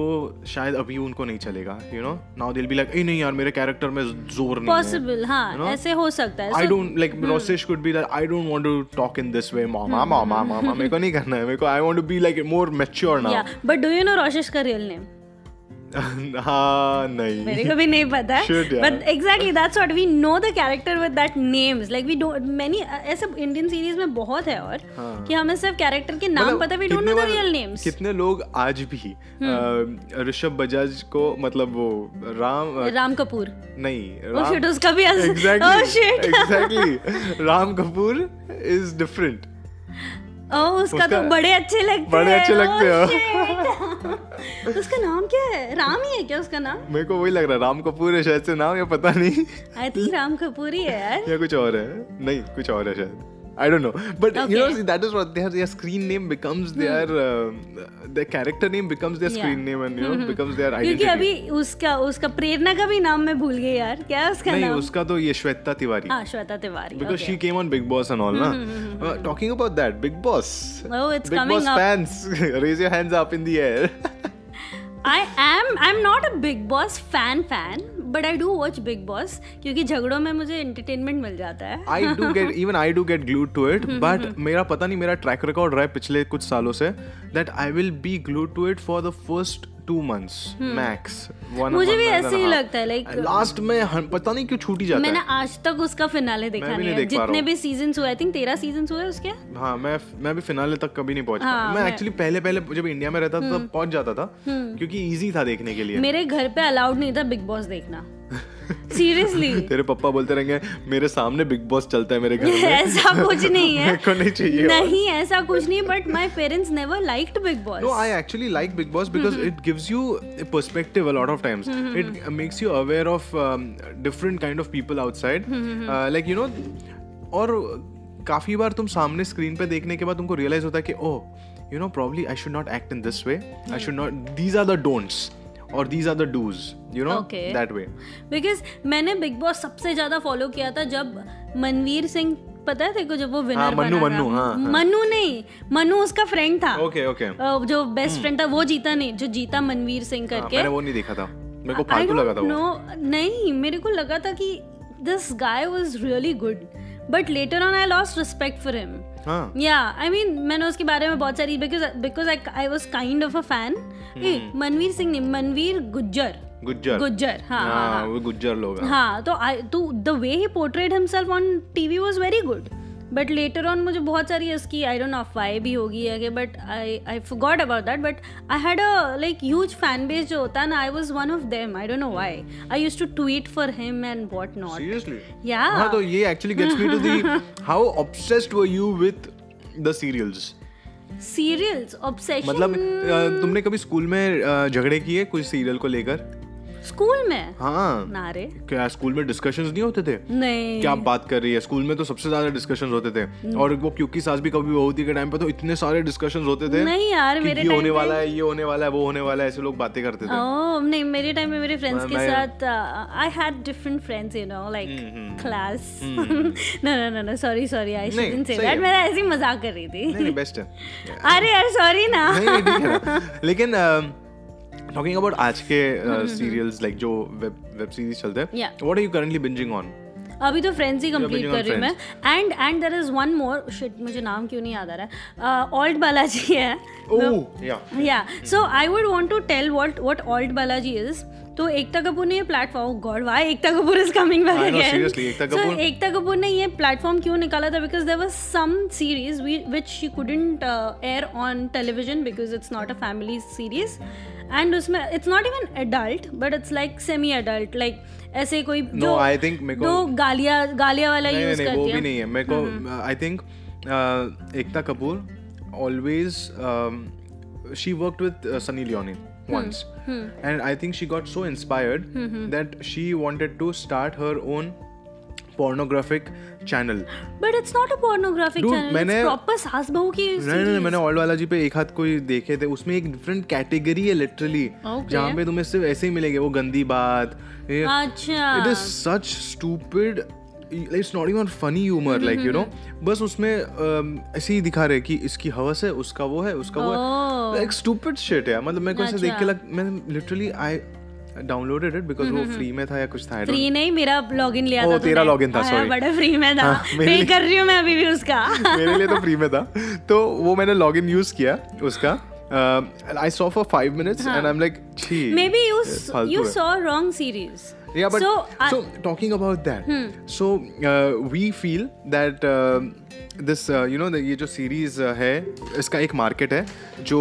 [SPEAKER 1] शायद अभी उनको नहीं चलेगा you know now they'll be like uh नहीं यार मेरे कैरेक्टर में जोर नहीं है."
[SPEAKER 2] Possible. Hmm. हाँ,
[SPEAKER 1] You know?
[SPEAKER 2] ऐसे हो सकता है.
[SPEAKER 1] I
[SPEAKER 2] So-
[SPEAKER 1] don't like Rossesh could be that I don't want to talk in this way, mama,
[SPEAKER 2] Hmm.
[SPEAKER 1] mama, mama. मेरे को नहीं करना है मेरे को I want to be like more mature now.
[SPEAKER 2] Yeah. But do you know Roshesh का real name?
[SPEAKER 1] [LAUGHS] हाँ
[SPEAKER 2] मेरे
[SPEAKER 1] नहीं.
[SPEAKER 2] को भी नहीं
[SPEAKER 1] [LAUGHS]
[SPEAKER 2] पता है
[SPEAKER 1] Should, yeah.
[SPEAKER 2] But exactly that's what we know the character with that names like we don't many ऐसे इंडियन सीरीज में बहुत है और कि हमें सिर्फ कैरेक्टर के नाम
[SPEAKER 1] हाँ। मतलब
[SPEAKER 2] पता वी डोंट
[SPEAKER 1] कितने
[SPEAKER 2] नो द
[SPEAKER 1] बार-
[SPEAKER 2] रियल नेम्स
[SPEAKER 1] कितने लोग आज भी
[SPEAKER 2] Hmm.
[SPEAKER 1] अ, ऋषभ बजाज को मतलब वो राम अ,
[SPEAKER 2] राम कपूर
[SPEAKER 1] नहीं
[SPEAKER 2] ओ
[SPEAKER 1] राम
[SPEAKER 2] शिट Oh, उसका भी Oh,
[SPEAKER 1] exactly
[SPEAKER 2] oh shit [LAUGHS]
[SPEAKER 1] exactly Ram Kapoor is different
[SPEAKER 2] ओ उसका तो
[SPEAKER 1] उसका-
[SPEAKER 2] बड़े अच्छे लगते हैं
[SPEAKER 1] बड़े अच्छे लगते
[SPEAKER 2] oh
[SPEAKER 1] हैं।
[SPEAKER 2] shit. [LAUGHS] उसका नाम क्या है राम ही है क्या उसका नाम
[SPEAKER 1] मेरे को वही लग रहा है राम कपूर है शायद से नाम या पता नहीं [LAUGHS]
[SPEAKER 2] आई थिंक राम कपूर ही है यार
[SPEAKER 1] या कुछ और है नहीं कुछ और है शायद I don't know, but you know
[SPEAKER 2] Okay. Hmm.
[SPEAKER 1] see, that is what their their screen name becomes their uh, their character name becomes their
[SPEAKER 2] Yeah.
[SPEAKER 1] screen name and you
[SPEAKER 2] [LAUGHS]
[SPEAKER 1] know becomes their
[SPEAKER 2] क्योंकि
[SPEAKER 1] identity.
[SPEAKER 2] अभी उसका उसका प्रेरणा का भी नाम मैं भूल गई यार क्या है उसका
[SPEAKER 1] नहीं
[SPEAKER 2] नाम
[SPEAKER 1] उसका तो ये श्वेता तिवारी
[SPEAKER 2] हाँ Shweta Tiwari
[SPEAKER 1] because she
[SPEAKER 2] okay.
[SPEAKER 1] came on Big Boss and all
[SPEAKER 2] [LAUGHS]
[SPEAKER 1] na. Uh, talking about that Big Boss.
[SPEAKER 2] Oh, it's
[SPEAKER 1] Big
[SPEAKER 2] coming
[SPEAKER 1] Boss
[SPEAKER 2] up.
[SPEAKER 1] fans, [LAUGHS] raise your hands up in the air. [LAUGHS]
[SPEAKER 2] I am I'm not a Big Boss fan fan, but I do watch Big Boss क्योंकि झगड़ों में मुझे entertainment मिल जाता है.
[SPEAKER 1] I do
[SPEAKER 2] [LAUGHS]
[SPEAKER 1] get even I do get glued to
[SPEAKER 2] Hmm,
[SPEAKER 1] it, but मेरा पता नहीं मेरा track record रहा है पिछले कुछ सालों से that I will be glued to it for the first two months max. One
[SPEAKER 2] Hmm. मुझे
[SPEAKER 1] one
[SPEAKER 2] भी
[SPEAKER 1] month
[SPEAKER 2] ऐसे
[SPEAKER 1] and
[SPEAKER 2] ही
[SPEAKER 1] a half.
[SPEAKER 2] लगता है लाइक
[SPEAKER 1] लास्ट में हम- पता नहीं क्यों छूट ही जाता
[SPEAKER 2] मैंने
[SPEAKER 1] है
[SPEAKER 2] आज तक उसका फिनाले देखा
[SPEAKER 1] मैं भी
[SPEAKER 2] नहीं
[SPEAKER 1] नहीं
[SPEAKER 2] है
[SPEAKER 1] देख पा रहा
[SPEAKER 2] जितने
[SPEAKER 1] हूँ।
[SPEAKER 2] भी सीजन हुए आई थिंक तेरह सीजन हुए उसके
[SPEAKER 1] हाँ मैं मैं भी फिनाले तक कभी नहीं पहुंच
[SPEAKER 2] हाँ,
[SPEAKER 1] पाया मैं
[SPEAKER 2] मैं- Hmm.
[SPEAKER 1] एक्चुअली पहले पहले जब इंडिया में रहता था तब पहुंच जाता था क्योंकि इजी था देखने के लिए [LAUGHS]
[SPEAKER 2] मेरे घर पे अलाउड नहीं था बिग बॉस देखना सीरियसली
[SPEAKER 1] तेरे पापा बोलते रहेंगे मेरे सामने बिग बॉस चलता है मेरे घर में
[SPEAKER 2] [LAUGHS] ऐसा कुछ नहीं है
[SPEAKER 1] [LAUGHS] मेरे को नहीं चाहिए
[SPEAKER 2] नहीं ऐसा कुछ नहीं but my parents never liked big Boss
[SPEAKER 1] No, I actually like Big Boss because
[SPEAKER 2] Mm-hmm.
[SPEAKER 1] it gives you a perspective a lot of times. It makes you aware of um, different kind of people outside.
[SPEAKER 2] Mm-hmm,
[SPEAKER 1] Uh, like you know, और काफी बार तुम सामने screen पे देखने के बाद तुमको रियलाइज होता है कि oh, oh you know probably I should not act in this way
[SPEAKER 2] Mm-hmm.
[SPEAKER 1] I should not these are the don'ts और these are the dos you know
[SPEAKER 2] Okay.
[SPEAKER 1] That way
[SPEAKER 2] because मैंने Big Boss सबसे ज्यादा follow किया था जब मनवीर सिंह पता है तेरे को जब वो विनर
[SPEAKER 1] हाँ, मन्नू,
[SPEAKER 2] बना
[SPEAKER 1] मन्नू,
[SPEAKER 2] था
[SPEAKER 1] हाँ, हाँ।
[SPEAKER 2] मन्नू नहीं मन्नू उसका फ्रेंड था
[SPEAKER 1] ओके ओके
[SPEAKER 2] अ, जो बेस्ट फ्रेंड था वो जीता नहीं जो जीता मनवीर सिंह करके
[SPEAKER 1] Hmm. हाँ, मैंने वो नहीं देखा था मेरे को
[SPEAKER 2] आई
[SPEAKER 1] फालतू लगा था वो
[SPEAKER 2] नो नहीं मेरे को लगा था कि this guy was really good but later on I lost respect for him
[SPEAKER 1] हाँ
[SPEAKER 2] या आई मीन मैंने उसके बारे में बहुत सारी because because I I was kind of a fan Manveer Singh नहीं मनवीर गुज्जर
[SPEAKER 1] Hmm. गुज्जर
[SPEAKER 2] गुज्जर हाँ हाँ
[SPEAKER 1] हाँ वो गुज्जर लोग हैं।
[SPEAKER 2] हाँ तो आई तो the way he portrayed himself on TV was very good but later on मुझे बहुत सारी इसकी आई डोंट नो अफवाह भी होगी आगे but I I forgot about that but I had a like huge fan base जो होता है ना I was one of them I don't know why I used to tweet for him and what not
[SPEAKER 1] Seriously? हाँ
[SPEAKER 2] या [LAUGHS]
[SPEAKER 1] तो ये actually gets me to the how obsessed were you with the serials
[SPEAKER 2] serials obsession
[SPEAKER 1] तो मतलब
[SPEAKER 2] Hmm.
[SPEAKER 1] अ, तुमने कभी school में अ, झगड़े किए कुछ सीरियल को लेकर
[SPEAKER 2] स्कूल में
[SPEAKER 1] हाँ
[SPEAKER 2] ना रे
[SPEAKER 1] क्या स्कूल में डिस्कशंस नहीं होते थे
[SPEAKER 2] नहीं
[SPEAKER 1] क्या बात कर रही है स्कूल में तो सबसे ज्यादा डिस्कशंस होते
[SPEAKER 2] Hmm.
[SPEAKER 1] थे और वो क्योंकि सास भी कभी बहू थी के टाइम पे तो इतने सारे डिस्कशंस होते थे
[SPEAKER 2] नहीं यार,
[SPEAKER 1] कि
[SPEAKER 2] मेरे
[SPEAKER 1] ये
[SPEAKER 2] time
[SPEAKER 1] होने
[SPEAKER 2] पे-
[SPEAKER 1] वाला है ये होने वाला है वो होने वाला है ऐसे लोग बातें करते थे
[SPEAKER 2] Oh, नहीं मेरे टाइम में मेरे फ्रेंड्स
[SPEAKER 1] मैं-
[SPEAKER 2] के
[SPEAKER 1] मैं- हम्म,
[SPEAKER 2] साथ uh, I had different friends you know like class [LAUGHS] no no no no sorry sorry I
[SPEAKER 1] नहीं,
[SPEAKER 2] शुडंट से
[SPEAKER 1] सही
[SPEAKER 2] दैट
[SPEAKER 1] है।
[SPEAKER 2] मैं ऐसे ही मजाक कर रही
[SPEAKER 1] नहीं
[SPEAKER 2] थी
[SPEAKER 1] नहीं बेस्ट
[SPEAKER 2] [LAUGHS]
[SPEAKER 1] है
[SPEAKER 2] अरे यार सॉरी ना
[SPEAKER 1] नहीं, ठीक है ना। लेकिन टॉकिंग अबाउट आज के सीरियल्स लाइक जो वेब वेब सीरीज चलते हैं
[SPEAKER 2] Yeah.
[SPEAKER 1] What are you currently binging on
[SPEAKER 2] अभी तो फ्रेंड्स ही कंप्लीट
[SPEAKER 1] binging
[SPEAKER 2] कर
[SPEAKER 1] on
[SPEAKER 2] रही हूँ मैं and and there is one more shit मुझे नाम क्यों नहीं याद आ रहा है ऑल्ट बालाजी है
[SPEAKER 1] oh yeah
[SPEAKER 2] yeah
[SPEAKER 1] Hmm.
[SPEAKER 2] So I would want to tell what what alt Balaji is तो एकता कपूर ने ये platform God why Ekta Kapoor is coming back
[SPEAKER 1] I know,
[SPEAKER 2] again
[SPEAKER 1] seriously, Ekta Kapoor-
[SPEAKER 2] Ekta Kapoor ने ये प्लेटफॉर्म क्यों निकाला था because there was some series which she couldn't air on television because it's not a family series and उसमें it's not even adult but it's like semi adult like ऐसे कोई
[SPEAKER 1] know
[SPEAKER 2] जो
[SPEAKER 1] I think मेरे को
[SPEAKER 2] जो गालिया गालिया वाला
[SPEAKER 1] नहीं नहीं
[SPEAKER 2] यूज
[SPEAKER 1] नहीं, वो
[SPEAKER 2] करती
[SPEAKER 1] भी
[SPEAKER 2] है
[SPEAKER 1] नहीं है मेरे को uh, I think uh, Ekta Kapoor um, always she worked with Sunny Leone uh, once and i think she got so inspired that she wanted to start her own pornographic channel
[SPEAKER 2] but it's not a pornographic
[SPEAKER 1] Dude, मैंने-
[SPEAKER 2] channel proper सास बहू की
[SPEAKER 1] नहीं नहीं
[SPEAKER 2] series.
[SPEAKER 1] मैंने all वाला जी पे एक हाथ कोई देखे थे उसमें एक डिफरेंट कैटेगरी है लिटरली
[SPEAKER 2] Okay.
[SPEAKER 1] जहाँ पे तुम्हें सिर्फ ऐसे ही मिलेंगे वो गंदी बात इट
[SPEAKER 2] अच्छा
[SPEAKER 1] is such stupid it's not even funny humour
[SPEAKER 2] hmm,
[SPEAKER 1] like you know बस उसमें अम, ऐसे ही दिखा रहे कि इसकी हवस है उसका वो है उसका वो
[SPEAKER 2] Oh. अच्छा।
[SPEAKER 1] है लाइक स्टूपिड शिट है मतलब मेरे को ऐसे देख के लग मैंने लिटरली आई डाउनलोडेड इट
[SPEAKER 2] हम्म,
[SPEAKER 1] बिकॉज वो फ्री में था या कुछ था I don't
[SPEAKER 2] फ्री नहीं मेरा लॉगिन लिया
[SPEAKER 1] ओ,
[SPEAKER 2] था
[SPEAKER 1] Hmm. Oh, तेरा
[SPEAKER 2] तूने।
[SPEAKER 1] login था,
[SPEAKER 2] हाँ,
[SPEAKER 1] sorry.
[SPEAKER 2] बड़ा फ्री में था
[SPEAKER 1] हाँ, मेरे
[SPEAKER 2] पे
[SPEAKER 1] लिए-
[SPEAKER 2] कर रही हूँ मैं अभी भी
[SPEAKER 1] [LAUGHS]
[SPEAKER 2] उसका
[SPEAKER 1] मेरे लिए तो फ्री में था तो वो मैंने लॉग इन यूज किया उसका Uh, I saw for five minutes and I am like छी
[SPEAKER 2] मे बी यू
[SPEAKER 1] फालतू
[SPEAKER 2] यू
[SPEAKER 1] है।
[SPEAKER 2] Saw wrong series
[SPEAKER 1] Yeah, but
[SPEAKER 2] so,
[SPEAKER 1] so,
[SPEAKER 2] I- Hmm.
[SPEAKER 1] talking about that, so uh, we feel that uh, this uh, you know the, ये जो series uh, है इसका एक market है जो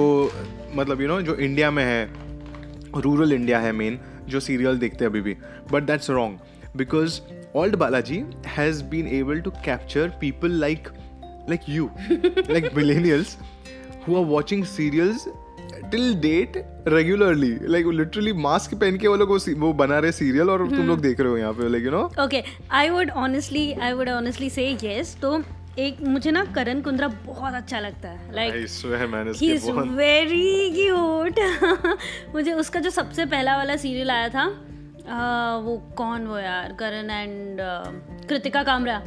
[SPEAKER 1] मतलब you know जो इंडिया में है रूरल इंडिया है मेन जो सीरियल देखते हैं अभी भी but that's wrong because Alt Balaji has been able to capture people like like
[SPEAKER 2] [LAUGHS]
[SPEAKER 1] you like millennials who are watching serials till date regularly like literally mask पहन के वो लोग वो सी- वो बना रहे सीरियल और तुम
[SPEAKER 2] हम्म।
[SPEAKER 1] लोग देख रहे हो यहाँ पे like you know
[SPEAKER 2] okay I would honestly I would honestly say yes तो एक मुझे ना करण कुंद्रा बहुत अच्छा लगता है
[SPEAKER 1] I
[SPEAKER 2] like
[SPEAKER 1] swear man
[SPEAKER 2] he
[SPEAKER 1] इसके
[SPEAKER 2] इज
[SPEAKER 1] बहुत
[SPEAKER 2] वेरी क्यूट [LAUGHS] मुझे उसका जो सबसे पहला वाला सीरियल आया था अ, वो कौन वो यार करण एंड कृतिका कामरा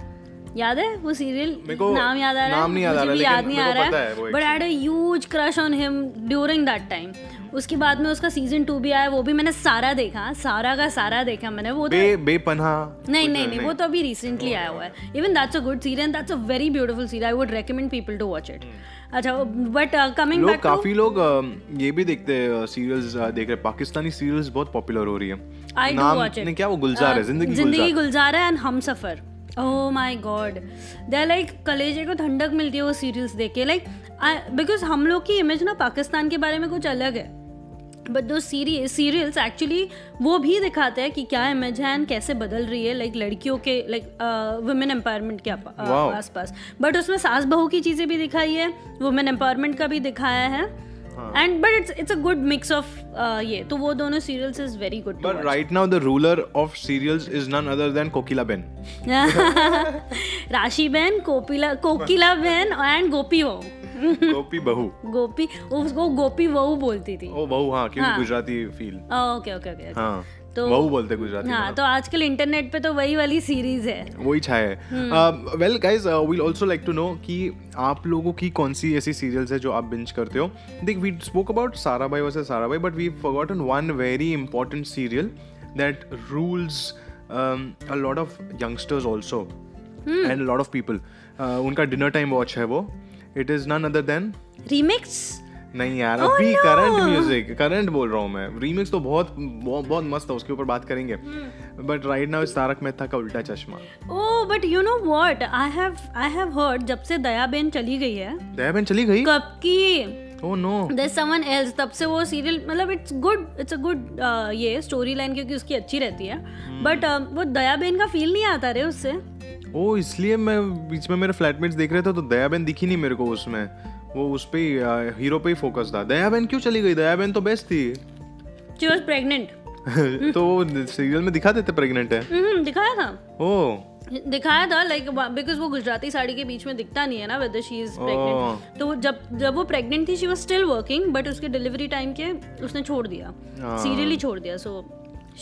[SPEAKER 2] याद है वो
[SPEAKER 1] मेरे
[SPEAKER 2] सीरियल
[SPEAKER 1] को
[SPEAKER 2] नाम याद आ रहा है
[SPEAKER 1] नाम नहीं याद आ
[SPEAKER 2] मुझे
[SPEAKER 1] रहा,
[SPEAKER 2] भी
[SPEAKER 1] लेकिन मेरे
[SPEAKER 2] याद नहीं आ
[SPEAKER 1] को
[SPEAKER 2] रहा
[SPEAKER 1] पता है वो
[SPEAKER 2] है but I a huge crush on him during that time उसके बाद में उसका सीजन टू भी आया वो भी मैंने सारा देखा सारा का सारा देखा मैंने वो तो
[SPEAKER 1] बे बेपना
[SPEAKER 2] नहीं नहीं नहीं वो तो अभी रिसेंटली आया हुआ है even that's a good series and that's a very beautiful series I would recommend people to watch it अच्छा बट कमिंग
[SPEAKER 1] लोग
[SPEAKER 2] बैक टू
[SPEAKER 1] काफी लोग अ, ये भी देखते हैं सीरियल्स देख रहे हैं पाकिस्तानी सीरियल्स बहुत पॉपुलर हो रही है
[SPEAKER 2] I do
[SPEAKER 1] नाम
[SPEAKER 2] watch it. Uh,
[SPEAKER 1] नहीं क्या वो गुलजार है जिंदगी गुलजार
[SPEAKER 2] जिंदगी गुलजार है Oh and Humsafar oh my god they like कलेजे को ठंडक मिलती है वो सीरियल्स देख के लाइक बिकॉज हम लोग की इमेज ना पाकिस्तान के बारे में कुछ अलग है बट दो सीरी सीरियल्स एक्चुअली वो भी दिखाते हैं कि क्या इमेज है and कैसे बदल रही है लाइक लड़कियों के लाइक वुमेन एम्पावरमेंट के आप- अ,
[SPEAKER 1] Wow.
[SPEAKER 2] आसपास बट उसमें सास बहू की चीज़ें भी दिखाई है वुमेन एम्पावरमेंट का भी दिखाया है
[SPEAKER 1] हाँ।
[SPEAKER 2] And but it's it's a good mix of ये तो वो दोनों serials is very good
[SPEAKER 1] But right now, the ruler of serials is none other than Kokila
[SPEAKER 2] [LAUGHS]
[SPEAKER 1] Ben.
[SPEAKER 2] Rashi बहन कोपिला कोकिला बहन एंड गोपी बहू
[SPEAKER 1] Gopi Bahu.
[SPEAKER 2] गोपी उसको गोपी बहू बोलती थी
[SPEAKER 1] Oh, Bahu, हाँ, क्योंकि
[SPEAKER 2] हाँ.
[SPEAKER 1] Gujarati feel.
[SPEAKER 2] Okay okay okay
[SPEAKER 1] हाँ.
[SPEAKER 2] तो-
[SPEAKER 1] Bahu बोलते हैं गुजराती में.
[SPEAKER 2] हाँ तो आजकल इंटरनेट पे तो वही वाली सीरीज है
[SPEAKER 1] वही छाया
[SPEAKER 2] हम्म।
[SPEAKER 1] है Uh, well guys we'll also like to know कि आप लोगों की कौन सी ऐसी सीरियल्स है जो आप बिंज करते हो देख we spoke about Sarabhai versus Sarabhai but we forgotten one very important serial that rules a lot of youngsters also
[SPEAKER 2] hmm.
[SPEAKER 1] And lot of people Uh, उनका डिनर टाइम वॉच है वो it is none other than
[SPEAKER 2] Remix
[SPEAKER 1] नहीं यार
[SPEAKER 2] Oh,
[SPEAKER 1] अभी
[SPEAKER 2] no!
[SPEAKER 1] Current music current बोल रहा हूँ मैं रीमिक्स तो बहुत बहुत बहुत मस्त है उसके ऊपर बात करेंगे
[SPEAKER 2] हम्म।
[SPEAKER 1] But right now is Taarak Mehta Ka Ooltah Chashmah
[SPEAKER 2] oh but you know what I have I have heard जब से दया बेन चली गई है
[SPEAKER 1] दया बहन चली गई
[SPEAKER 2] कब की
[SPEAKER 1] Oh no.
[SPEAKER 2] there's someone else तब से वो सीरियल मतलब it's good it's a good ये स्टोरी लाइन क्योंकि उसकी अच्छी रहती है बट वो दया बेन का फील नहीं आता रे उससे
[SPEAKER 1] ओ Oh, इसलिए मैं बीच में मेरे फ्लैटमेट्स देख रहे थे तो दया बहन दिखी नहीं मेरे को उसमें वो उस पे ही, आ, हीरो पे ही फोकस था दया बहन क्यों चली गई दया बहन तो बेस्ट
[SPEAKER 2] शी वॉज प्रेगनेंट
[SPEAKER 1] थी [LAUGHS] तो वो सीरियल में दिखा देते Oh, प्रेग्नेंट है
[SPEAKER 2] हम्म, दिखाया था
[SPEAKER 1] ओ
[SPEAKER 2] दिखाया था लाइक बिकॉज वो गुजराती साड़ी के बीच में दिखता नहीं है ना whether she is
[SPEAKER 1] Oh.
[SPEAKER 2] Pregnant तो वो जब जब वो प्रेगनेंट थी she was still working but उसके डिलीवरी टाइम के उसने छोड़ दिया सीरियल ही छोड़ दिया सो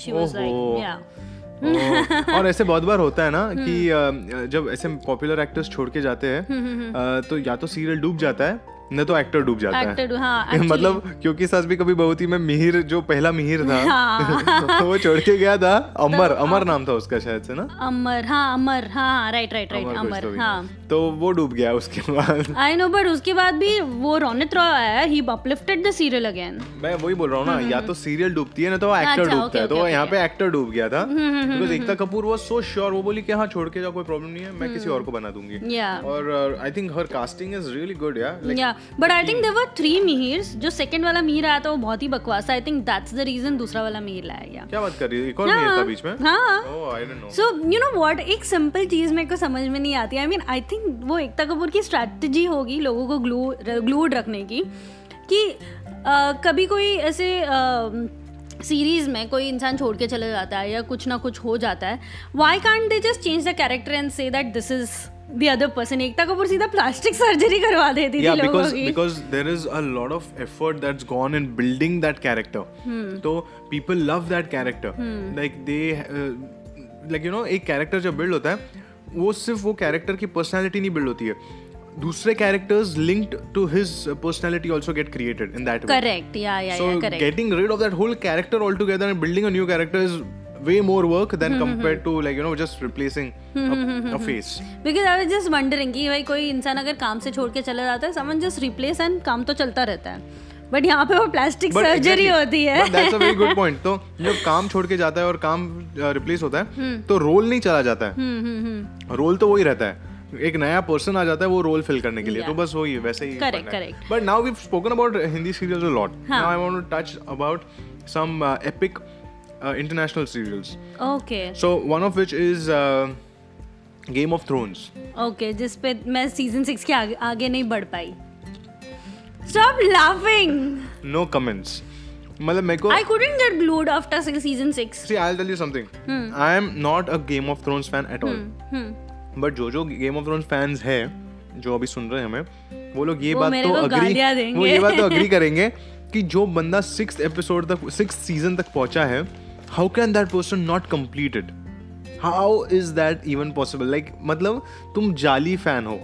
[SPEAKER 2] शी वॉज
[SPEAKER 1] हाँ। ओहो।
[SPEAKER 2] लाइक या
[SPEAKER 1] ओ, oh. और ऐसे बहुत बार होता है ना कि अ, जब ऐसे पॉपुलर एक्टर्स छोड़ के जाते हैं अ, तो या तो सीरियल डूब जाता है न तो एक्टर डूब जाता [LAUGHS] है
[SPEAKER 2] एक्टर हाँ actually-
[SPEAKER 1] मतलब क्योंकि सास भी कभी बहू थी में मिहिर जो पहला मिहिर
[SPEAKER 2] [LAUGHS]
[SPEAKER 1] था [LAUGHS]
[SPEAKER 2] हाँ।
[SPEAKER 1] वो छोड़ के गया था अमर अमर नाम था उसका शायद से ना
[SPEAKER 2] अमर हाँ अमर हाँ राइट राइट राइट
[SPEAKER 1] कुछ तो
[SPEAKER 2] अमर
[SPEAKER 1] भी।
[SPEAKER 2] हाँ
[SPEAKER 1] तो वो डूब गया उसके बाद [LAUGHS]
[SPEAKER 2] आई नो बट उसके बाद भी वो रोनित रॉय आया ही अपलिफ्टेड द सीरियल अगेन
[SPEAKER 1] मैं वही बोल रहा हूँ ना या तो सीरियल डूबती है ना तो वो एक्टर
[SPEAKER 2] हम्म, अच्छा,
[SPEAKER 1] डूबता है
[SPEAKER 2] okay,
[SPEAKER 1] तो
[SPEAKER 2] okay, हम्म,
[SPEAKER 1] यहाँ पे एक्टर डूब गया था बिकॉज एकता कपूर वो सो श्योर वो बोली कि हाँ छोड़ के जाओ कोई प्रॉब्लम नहीं है मैं किसी
[SPEAKER 2] हम्म।
[SPEAKER 1] और को बना दूंगी
[SPEAKER 2] या
[SPEAKER 1] और I think her casting is really good या
[SPEAKER 2] या but I think they were three Mihirs जो सेकंड वाला मिहिर आया था वो बहुत ही बकवास I think that's the reason दूसरा वाला मिहिर लाया गया
[SPEAKER 1] क्या बात कर रही है एक और भी है था बीच में Oh.
[SPEAKER 2] हाँ
[SPEAKER 1] ओह I don't know
[SPEAKER 2] so you know what एक सिंपल चीज मेरे को समझ में नहीं आती आई मीन आई थिंक वो एकता कपूर की स्ट्रैटेजी होगी लोगों को ग्लू ग्लूड रखने की कि अ, कभी कोई ऐसे सीरीज में कोई इंसान छोड़ के चला जाता है या कुछ ना कुछ हो जाता है why can't they just change the character and say that this is the other person Ekta Kapoor सीधा प्लास्टिक सर्जरी करवा देती थी
[SPEAKER 1] या
[SPEAKER 2] लोगों
[SPEAKER 1] बिकॉज
[SPEAKER 2] की
[SPEAKER 1] because there is a lot of effort that's gone in building that character तो people love that character like they like you know एक character जब बिल्ड होता है वो सिर्फ वो कैरेक्टर की पर्सनैलिटी नहीं बिल्ड होती है दूसरे characters linked to his personality also get created in that
[SPEAKER 2] correct yeah yeah
[SPEAKER 1] so
[SPEAKER 2] yeah correct
[SPEAKER 1] getting rid of that whole character altogether and building a new character is way more work than compared to like you know just replacing a, a face
[SPEAKER 2] because I just wondering कि भाई कोई इंसान अगर काम से छोड़ के चला जाता है समन जस्ट रिप्लेस एंड काम तो चलता रहता है बट यहाँ पे वो प्लास्टिक
[SPEAKER 1] But
[SPEAKER 2] सर्जरी
[SPEAKER 1] exactly.
[SPEAKER 2] होती है
[SPEAKER 1] But that's a very good point. तो जब काम छोड़ के जाता है और काम रिप्लेस होता है तो रोल नहीं चला जाता है
[SPEAKER 2] हम्म, हम्म, हम्म।
[SPEAKER 1] रोल तो वही रहता है एक नया पर्सन आ जाता है वो रोल फिल करने के लिए तो बस वही वैसे ही
[SPEAKER 2] Correct, correct. हाँ।
[SPEAKER 1] But now we spoken about Hindi serials a lot now I want to touch about some epic uh, international serials
[SPEAKER 2] [LAUGHS] okay
[SPEAKER 1] so one of which is uh, Game of Thrones
[SPEAKER 2] okay जिस पे मैं season six के आगे, आगे नहीं बढ़ पाई stop laughing
[SPEAKER 1] no comments मतलब मेरे को
[SPEAKER 2] I couldn't get glued after season six
[SPEAKER 1] see I tell you
[SPEAKER 2] Hmm.
[SPEAKER 1] Something I am not a Game of Thrones fan at all
[SPEAKER 2] hmm.
[SPEAKER 1] But जो जो गेम ऑफ थ्रोन्स फैंस है जो अभी सुन रहे हैं हमें वो लोग ये
[SPEAKER 2] वो
[SPEAKER 1] बात
[SPEAKER 2] मेरे
[SPEAKER 1] तो
[SPEAKER 2] को गालियाँ
[SPEAKER 1] अग्री
[SPEAKER 2] देंगे।
[SPEAKER 1] वो ये बात तो अग्री करेंगे कि जो बंदा सिक्स एपिसोड तक सिक्स सीजन तक पहुंचा है how can that person not complete it how is that even possible like मतलब तुम जाली फैन हो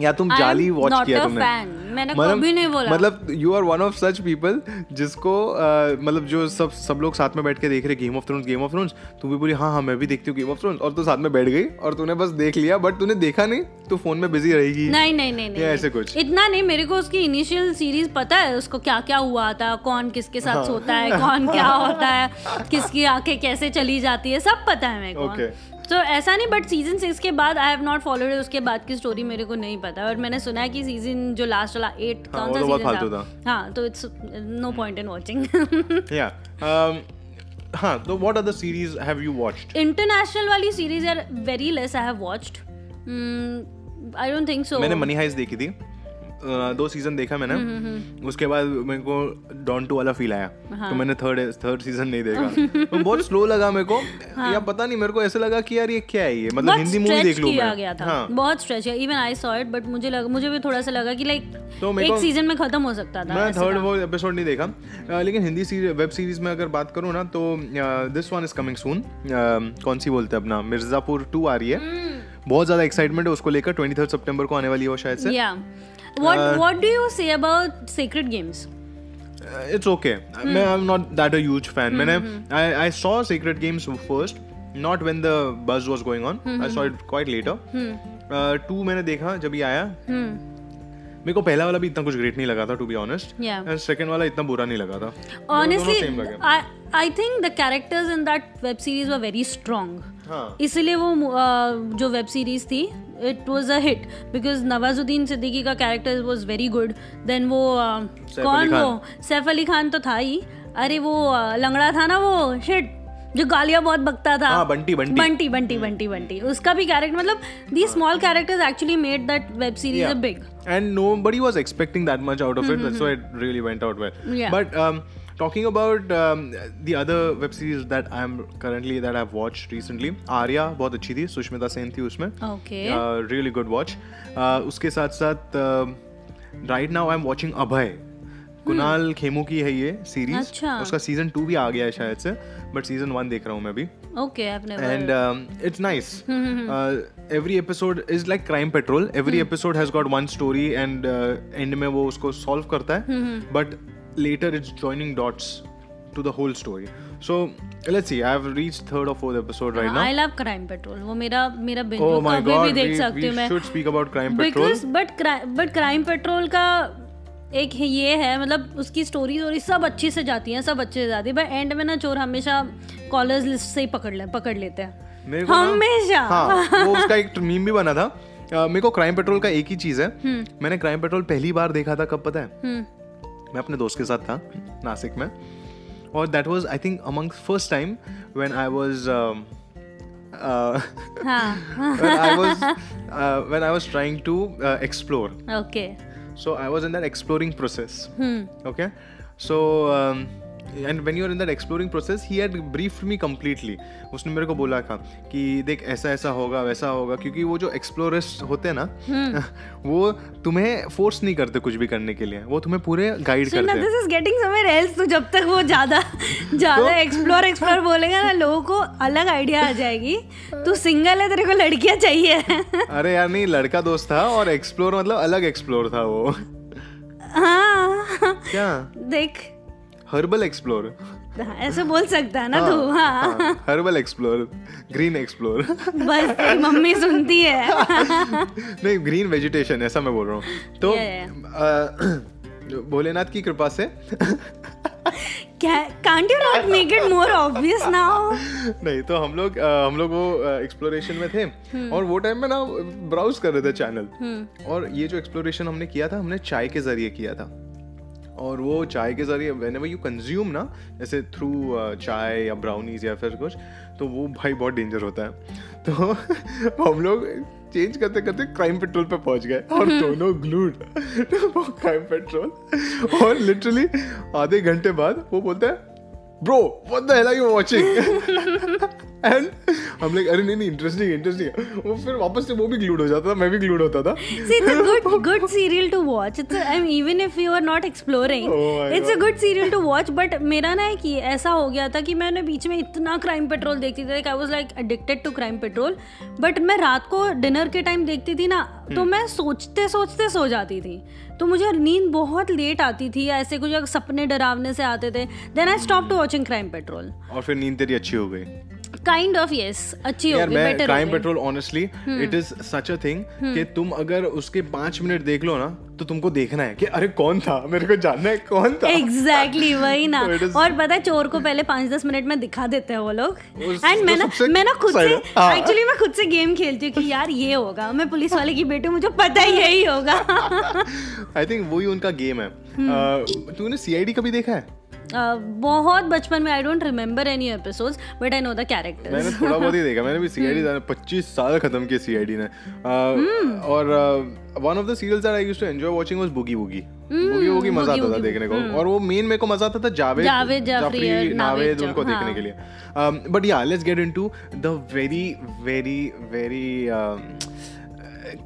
[SPEAKER 1] या तुम
[SPEAKER 2] I am
[SPEAKER 1] जाली वॉच
[SPEAKER 2] not
[SPEAKER 1] किया
[SPEAKER 2] a
[SPEAKER 1] तुमने
[SPEAKER 2] fan. मैंने कभी नहीं बोला।
[SPEAKER 1] मतलब you are one of such people जिसको अह, मतलब जो सब सब लोग साथ में बैठ के देख रहे Game of Thrones Game of Thrones तू भी बोली हाँ हाँ मैं भी देखती हूँ गेम ऑफ थ्रोन्स और तू साथ में बैठ गई और तूने बस देख लिया बट तूने देखा नहीं तू फोन में बिजी रहेगी
[SPEAKER 2] नहीं नहीं नहीं नहीं
[SPEAKER 1] या ऐसे कुछ।
[SPEAKER 2] इतना नहीं मेरे को उसकी इनिशियल सीरीज पता है उसको क्या क्या हुआ था कौन किसके
[SPEAKER 1] हाँ।
[SPEAKER 2] साथ
[SPEAKER 1] [LAUGHS]
[SPEAKER 2] सोता है कौन क्या होता है किसकी आंखें कैसे चली जाती है सब पता है मेरे को
[SPEAKER 1] Okay.
[SPEAKER 2] तो ऐसा नहीं बट सीजन सिक्स के बाद आई हैव नॉट फॉलोड उसके बाद की स्टोरी मेरे को नहीं पता और मैंने सुना है कि सीजन जो लास्ट वाला एट
[SPEAKER 1] हाँ,
[SPEAKER 2] कौन
[SPEAKER 1] वो
[SPEAKER 2] सा
[SPEAKER 1] तो बहुत
[SPEAKER 2] सीजन
[SPEAKER 1] फालतू
[SPEAKER 2] था हाँ तो it's no point in [LAUGHS] watching
[SPEAKER 1] yeah um, हाँ तो what other series have you watched
[SPEAKER 2] international वाली series are very less I have watched Hmm, I don't think so
[SPEAKER 1] मैंने मनी हाइस देखी थी अ, दो सीजन देखा मैंने
[SPEAKER 2] हम्म,
[SPEAKER 1] उसके बाद मेरे को डॉन टू वाला फील आया
[SPEAKER 2] हाँ।
[SPEAKER 1] तो मैंने थर्ड थर्ड सीजन नहीं
[SPEAKER 2] [LAUGHS]
[SPEAKER 1] देखा तो बहुत स्लो लगा मेरे को या पता नहीं मेरे को ऐसे लगा कि यार ये क्या है ये मतलब
[SPEAKER 2] हाँ। बहुत
[SPEAKER 1] हिंदी मूवी
[SPEAKER 2] stretch
[SPEAKER 1] देख लूं
[SPEAKER 2] किया
[SPEAKER 1] मैं
[SPEAKER 2] गया था
[SPEAKER 1] हाँ
[SPEAKER 2] बहुत स्ट्रेच किया even I saw it but मुझे लग, मुझे भी थोड़ा सा लगा कि लाइक
[SPEAKER 1] तो मेरे
[SPEAKER 2] एक
[SPEAKER 1] को-
[SPEAKER 2] सीजन में खत्म हो सकता था
[SPEAKER 1] मैं
[SPEAKER 2] ऐसा
[SPEAKER 1] थर्ड
[SPEAKER 2] था।
[SPEAKER 1] वो एपिसोड नहीं देखा अ, लेकिन हिंदी सीरीज वेब सीरीज में अगर बात करूँ ना तो this one is coming soon कौन सी बोलते हैं अपना मिर्जापुर टू आ रही है
[SPEAKER 2] हम्म।
[SPEAKER 1] बहुत ज़्यादा एक्साइटमेंट है उसको लेकर ट्वेंटी थर्ड सेप्टेम्बर को आने वाली है वो शायद से Uh,
[SPEAKER 2] yeah what what do you say about Secret Games
[SPEAKER 1] it's okay
[SPEAKER 2] Hmm.
[SPEAKER 1] मैं I am not that a huge fan मैंने I I saw Secret Games first not when the buzz was going
[SPEAKER 2] Hmm,
[SPEAKER 1] on I saw it quite later to Uh, मैंने देखा जब ये आया
[SPEAKER 2] Hmm,
[SPEAKER 1] मेरे को पहला वाला भी इतना कुछ ग्रेट नहीं लगा था to be honest
[SPEAKER 2] Yeah.
[SPEAKER 1] And second वाला इतना बुरा नहीं लगा था
[SPEAKER 2] ऑनेस्टली
[SPEAKER 1] Uh, same लगे।
[SPEAKER 2] I I think the characters in that web series were very strong
[SPEAKER 1] हाँ
[SPEAKER 2] इसलिए वो अ, जो वेब सीरीज थी it was a hit because Nawazuddin Siddiqui का character was very good then वो अ,
[SPEAKER 1] सैफ अली
[SPEAKER 2] कौन
[SPEAKER 1] खान।
[SPEAKER 2] वो सैफ अली खान तो था ही अरे वो अ, लंगड़ा था ना वो शिट जो गालियां बहुत बकता था
[SPEAKER 1] हाँ, बंटी, बंटी। हम्म। हाँ।
[SPEAKER 2] बंटी बंटी बंटी बंटी उसका भी कैरेक्टर मतलब the small characters actually made that web series a big
[SPEAKER 1] And nobody was expecting that much out of it. That's why it really went out well.
[SPEAKER 2] Hmm, Yeah.
[SPEAKER 1] But um, talking about um, the other web series that I'm currently that I've watched recently, Arya बहुत अच्छी थी. सुष्मिता सेन थी उसमें.
[SPEAKER 2] Okay
[SPEAKER 1] really good watch Uh, उसके uh, साथ साथ right now I am watching Abhay Kunal Khemu की है ये सीरीज
[SPEAKER 2] Hmm. अच्छा।
[SPEAKER 1] उसका सीजन टू भी आ गया है शायद से बट सीजन वन देख रहा हूँ मैं अभी
[SPEAKER 2] okay I have never
[SPEAKER 1] and um, it's
[SPEAKER 2] [LAUGHS]
[SPEAKER 1] nice.
[SPEAKER 2] Hmm.
[SPEAKER 1] Uh, every episode is like crime patrol. Every episode has got one story, and uh, end में वो उसको solve करता
[SPEAKER 2] Hmm.
[SPEAKER 1] है. But later it's joining dots to the whole story. So let's see. I've reached third or fourth episode right now.
[SPEAKER 2] I love Crime Patrol वो मेरा मेरा binge
[SPEAKER 1] Oh
[SPEAKER 2] वो
[SPEAKER 1] my
[SPEAKER 2] तो कभी भी
[SPEAKER 1] god,
[SPEAKER 2] देख
[SPEAKER 1] we,
[SPEAKER 2] सकती
[SPEAKER 1] we
[SPEAKER 2] हूँ मैं
[SPEAKER 1] should speak about crime patrol.
[SPEAKER 2] Because but but Crime Patrol का एक है- ये है मतलब उसकी स्टोरी और सब अच्छी से जाती हैं सब अच्छे से जाती है पर एंड में ना चोर हमेशा कॉलर्स लिस्ट से ही पकड़ ले पकड़ लेते हैं
[SPEAKER 1] मेरे को ना-
[SPEAKER 2] हमेशा।
[SPEAKER 1] हाँ वो उसका एक मीम भी बना था अ, मेरे को क्राइम पेट्रोल का एक ही चीज है मैंने क्राइम पेट्रोल पहली बार देखा था कब पता है
[SPEAKER 2] हम्म
[SPEAKER 1] मैं अपने दोस्त के साथ था नासिक में और that was I think among first time when I was when
[SPEAKER 2] हाँ
[SPEAKER 1] I
[SPEAKER 2] [LAUGHS]
[SPEAKER 1] was when I was trying to explore
[SPEAKER 2] okay
[SPEAKER 1] so I was in that exploring process
[SPEAKER 2] hmm
[SPEAKER 1] okay so um, and when you're in that exploring process he had briefed me completely उसने मेरे को बोला था कि देख ऐसा ऐसा होगा वैसा होगा क्योंकि वो जो एक्सप्लोरिस्ट होते हैं ना [LAUGHS] वो तुम्हें फोर्स नहीं करते कुछ भी करने के लिए वो तुम्हें पूरे गाइड
[SPEAKER 2] सुन ना
[SPEAKER 1] करते हैं
[SPEAKER 2] this is getting somewhere else तो जब तक वो ज्यादा ज्यादा
[SPEAKER 1] तो-
[SPEAKER 2] एक्सप्लोर एक्सप्लोर बोलेगा ना लोगों को अलग आइडिया आ जाएगी तू सिंगल है तेरे को लड़कियां चाहिए
[SPEAKER 1] अरे यार नहीं लड़का दोस्त था और एक्सप्लोर मतलब अलग एक्सप्लोर था वो [LAUGHS]
[SPEAKER 2] हाँ
[SPEAKER 1] क्या
[SPEAKER 2] देख
[SPEAKER 1] हर्बल एक्सप्लोर
[SPEAKER 2] हाँ, ऐसे बोल सकता है ना तू हाँ
[SPEAKER 1] हर्बल एक्सप्लोर ग्रीन एक्सप्लोर
[SPEAKER 2] बस तेरी मम्मी सुनती है
[SPEAKER 1] नहीं ग्रीन वेजिटेशन ऐसा मैं बोल रहा हूँ तो अ, [CLEARS THROAT] भोलेनाथ की कृपा से [LAUGHS]
[SPEAKER 2] can't you not make it more obvious now
[SPEAKER 1] नहीं तो हम लोग अ, हम लोग वो एक्सप्लोरेशन में थे और वो टाइम में ना ब्राउज कर रहे थे चैनल और ये जो एक्सप्लोरेशन हमने किया था हमने चाय के जरिए किया था और वो चाय के जरिए वेन एवर यू कंज्यूम ना जैसे थ्रू चाय या ब्राउनीज या फिर कुछ तो वो भाई बहुत डेंजर होता है तो [LAUGHS] हम लोग चेंज करते करते क्राइम पेट्रोल पे पहुंच गए और दोनों ग्लूड [LAUGHS] क्राइम पेट्रोल और लिटरली आधे घंटे बाद वो बोलता है bro what the hell are you watching [LAUGHS] and हम लोग अरे नहीं नहीं इंटरेस्टिंग इंटरेस्टिंग वो फिर वापस से वो भी ग्लूड हो जाता था मैं भी ग्लूड होता था
[SPEAKER 2] See, it's a good good serial to watch. It's a, I mean, even if you are not exploring,
[SPEAKER 1] Oh my
[SPEAKER 2] it's a good serial to watch. But मेरा ना कि ऐसा हो गया था कि मैंने बीच में इतना क्राइम पेट्रोल देखती थी I was like addicted to Crime Patrol but मैं रात को डिनर के टाइम देखती थी ना तो
[SPEAKER 1] Hmm.
[SPEAKER 2] मैं सोचते सोचते सो जाती थी तो मुझे नींद बहुत लेट आती थी ऐसे कुछ सपने डरावने से आते थे then I stop to watching Crime Patrol
[SPEAKER 1] और फिर नींद तेरी अच्छी हो गई
[SPEAKER 2] काइंड ऑफ यस अच्छी हो
[SPEAKER 1] यार
[SPEAKER 2] गई हम्म।
[SPEAKER 1] मैं
[SPEAKER 2] better
[SPEAKER 1] Crime Patrol honestly it is such a thing कि तुम अगर उसके पांच मिनट देख लो ना तो तुमको देखना है कि अरे कौन था मेरे को जानना है कौन था
[SPEAKER 2] एग्जैक्टली वही
[SPEAKER 1] [LAUGHS]
[SPEAKER 2] ना
[SPEAKER 1] So it is-
[SPEAKER 2] और पता है चोर को पहले पाँच दस मिनट में दिखा देते हैं वो लोग
[SPEAKER 1] उस-
[SPEAKER 2] एंड मैं
[SPEAKER 1] वो
[SPEAKER 2] ना
[SPEAKER 1] सबसे
[SPEAKER 2] मैं ना खुद से
[SPEAKER 1] सही है, हाँ।
[SPEAKER 2] एक्चुअली मैं खुद से गेम खेलती हूँ कि यार ये होगा मैं पुलिस वाले की बेटी हूँ, मुझे पता ही यही होगा [LAUGHS]
[SPEAKER 1] आई थिंक वही उनका गेम है
[SPEAKER 2] हम्म।
[SPEAKER 1] अ, तूने सीआईडी कभी देखा है
[SPEAKER 2] अ, बहुत बचपन में I don't remember any episodes but I know the characters
[SPEAKER 1] मैंने थोड़ा बहुत ही देखा मैंने भी सीआईडी
[SPEAKER 2] हम्म।
[SPEAKER 1] जाना पच्चीस साल खत्म किए सीआईडी ने अ, और one of the serials that I used to enjoy watching was बुगी बुगी
[SPEAKER 2] hmm,
[SPEAKER 1] boogie boogie मजा आता था देखने को और वो मेन मेरे को मजा आता था जावेद
[SPEAKER 2] जावेद जाफरी और नावेद
[SPEAKER 1] नावेद
[SPEAKER 2] जो- हाँ।
[SPEAKER 1] उनको देखने के लिए Um, but yeah let's get into the very very very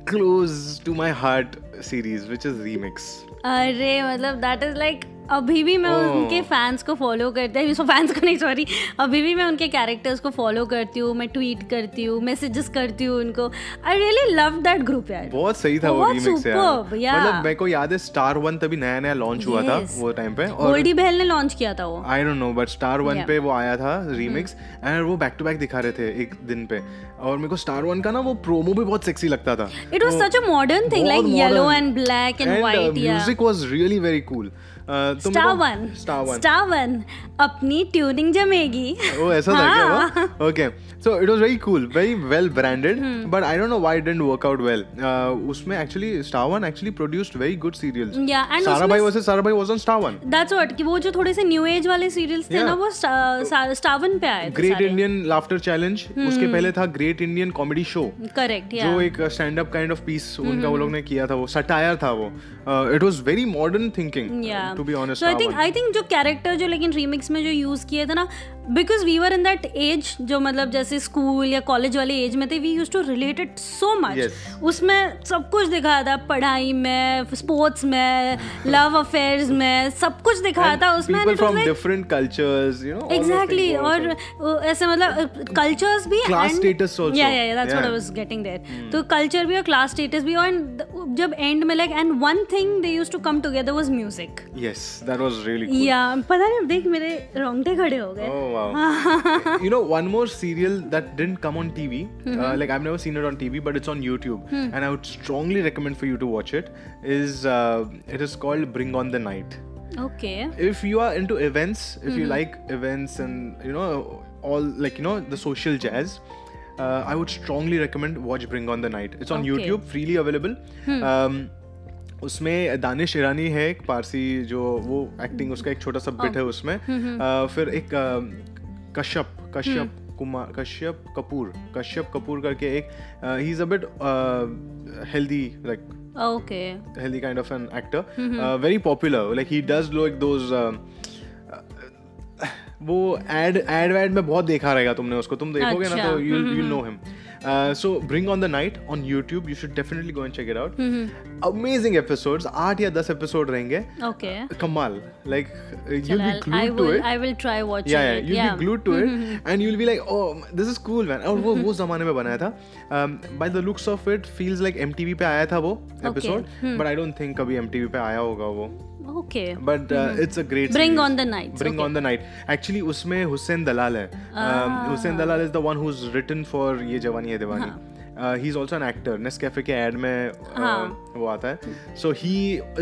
[SPEAKER 1] close to my heart series which is Remix
[SPEAKER 2] अरे मतलब दैट इज लाइक अभी भी मैं
[SPEAKER 1] Oh.
[SPEAKER 2] उनके फैंस को फॉलो करती हूँ फैंस को नहीं सॉरी अभी भी मैं उनके कैरेक्टर्स को फॉलो करती हूँ मैं ट्वीट करती हूँ मैसेजेस करती हूँ उनको I really love that group यार
[SPEAKER 1] बहुत सही था वो
[SPEAKER 2] बहुत
[SPEAKER 1] रीमिक्स यार
[SPEAKER 2] superb, yeah.
[SPEAKER 1] मतलब मेरे को याद है स्टार वन तभी नया नया लॉन्च हुआ था
[SPEAKER 2] Yes.
[SPEAKER 1] वो टाइम पे और हाँ,
[SPEAKER 2] गोल्डी बहल ने लॉन्च किया था वो
[SPEAKER 1] I don't know but Star One
[SPEAKER 2] Yeah.
[SPEAKER 1] पे वो आया था रीमिक्स एंड वो बैक टू बैक दिखा रहे थे एक दिन पे और मेरे को स्टार वन का ना वो प्रोमो भी बहुत सेक्सी लगता था तो
[SPEAKER 2] it was such a modern thing like yellow and black and
[SPEAKER 1] uh,
[SPEAKER 2] white yeah
[SPEAKER 1] music was really very cool तो
[SPEAKER 2] Star One
[SPEAKER 1] Star One
[SPEAKER 2] Star One अपनी ट्यूनिंग जमेगी
[SPEAKER 1] ओ ऐसा था क्या वो okay so it was very cool very well branded but I don't know why didn't work out well Uh, उसमें actually Star One actually produced very good serials
[SPEAKER 2] yeah and
[SPEAKER 1] Sarabhai versus Sarabhai was on Star One
[SPEAKER 2] that's what कि वो जो थोड़े से new age वाले serials थे
[SPEAKER 1] Yeah. तो
[SPEAKER 2] ना वो स्टावन पे आए थे
[SPEAKER 1] ग्रेट इंडियन लाफ्टर चैलेंज उसके पहले था great Indian comedy show
[SPEAKER 2] correct या
[SPEAKER 1] जो एक uh, stand up kind of piece उनका
[SPEAKER 2] Mm-hmm.
[SPEAKER 1] वो लोग ने किया था वो सटायर था वो Uh, it was very modern thinking
[SPEAKER 2] yeah
[SPEAKER 1] to be honest
[SPEAKER 2] so i think i think जो कैरेक्टर जो लेकिन रीमिक्स में जो यूज किए थे ना because we were in that age जो मतलब जैसे स्कूल या कॉलेज वाले एज में थे we use to related so
[SPEAKER 1] Yes.
[SPEAKER 2] Much उसमें सब कुछ दिखाया था पढ़ाई में स्पोर्ट्स में लव अफेयर्स में सब कुछ दिखाया था उसमें and
[SPEAKER 1] people
[SPEAKER 2] it was
[SPEAKER 1] from
[SPEAKER 2] like-
[SPEAKER 1] different cultures you know
[SPEAKER 2] exactly और अ, ऐसे मतलब कल्चर्स भी
[SPEAKER 1] Class status also.
[SPEAKER 2] या या that's what I
[SPEAKER 1] Yeah. Hmm.
[SPEAKER 2] Was getting there तो कल्चर भी और क्लास स्टेटस भी और and जब एंड में like and one thing they used to come together was music
[SPEAKER 1] yes that was really
[SPEAKER 2] या पता नहीं अब देख मेरे रोंगटे खड़े हो गए
[SPEAKER 1] Oh
[SPEAKER 2] [LAUGHS]
[SPEAKER 1] wow! you know, one more serial that didn't come on TV.
[SPEAKER 2] Mm-hmm.
[SPEAKER 1] Uh, like I've never seen it on TV, but it's on YouTube,
[SPEAKER 2] Hmm.
[SPEAKER 1] and I would strongly recommend for you to watch it. Is uh, it is called Bring On the Night.
[SPEAKER 2] Okay
[SPEAKER 1] if you are into events if you like events and you know all like you know the social jazz uh, i would strongly recommend watch bring on the night it's on
[SPEAKER 2] Okay.
[SPEAKER 1] youtube freely available um, उसमें दानिश ईरानी है एक पारसी जो वो acting उसका एक छोटा सा bit है उसमें अ, फिर एक अ, कश्यप कश्यप कुमार कश्यप कपूर कश्यप कपूर करके एक uh, he is a bit healthy like
[SPEAKER 2] okay
[SPEAKER 1] healthy kind of an actor uh, very popular like he does like those um, uh, वो एड एड वैड में बहुत देखा रहेगा तुमने उसको तुम देखोगे ना तो you you know him so bring on the night on YouTube you should definitely go and check it out amazing episodes आठ या दस एपिसोड रहेंगे
[SPEAKER 2] ओके
[SPEAKER 1] कमाल like you be
[SPEAKER 2] I
[SPEAKER 1] glued to
[SPEAKER 2] will
[SPEAKER 1] it
[SPEAKER 2] I will try watching
[SPEAKER 1] yeah, yeah, you'll be glued to
[SPEAKER 2] [LAUGHS]
[SPEAKER 1] it and you'll be like oh this is cool man और वो वो जमाने में बनाया था um, by the looks of it feels like MTV पे आया था वो episode
[SPEAKER 2] hmm.
[SPEAKER 1] but I don't think कभी MTV पे आया होगा वो
[SPEAKER 2] okay
[SPEAKER 1] but uh, it's a great
[SPEAKER 2] Hmm. Bring
[SPEAKER 1] series.
[SPEAKER 2] on the nights,
[SPEAKER 1] bring on the night actually उसमें हुसैन दलाल है um,
[SPEAKER 2] Ah.
[SPEAKER 1] Hussain Dalal is the one who's written for ये जवानी है दीवानी
[SPEAKER 2] हाँ।
[SPEAKER 1] Uh, he's also an actor. Nescafe के ad में uh,
[SPEAKER 2] हाँ।
[SPEAKER 1] वो आता है. So he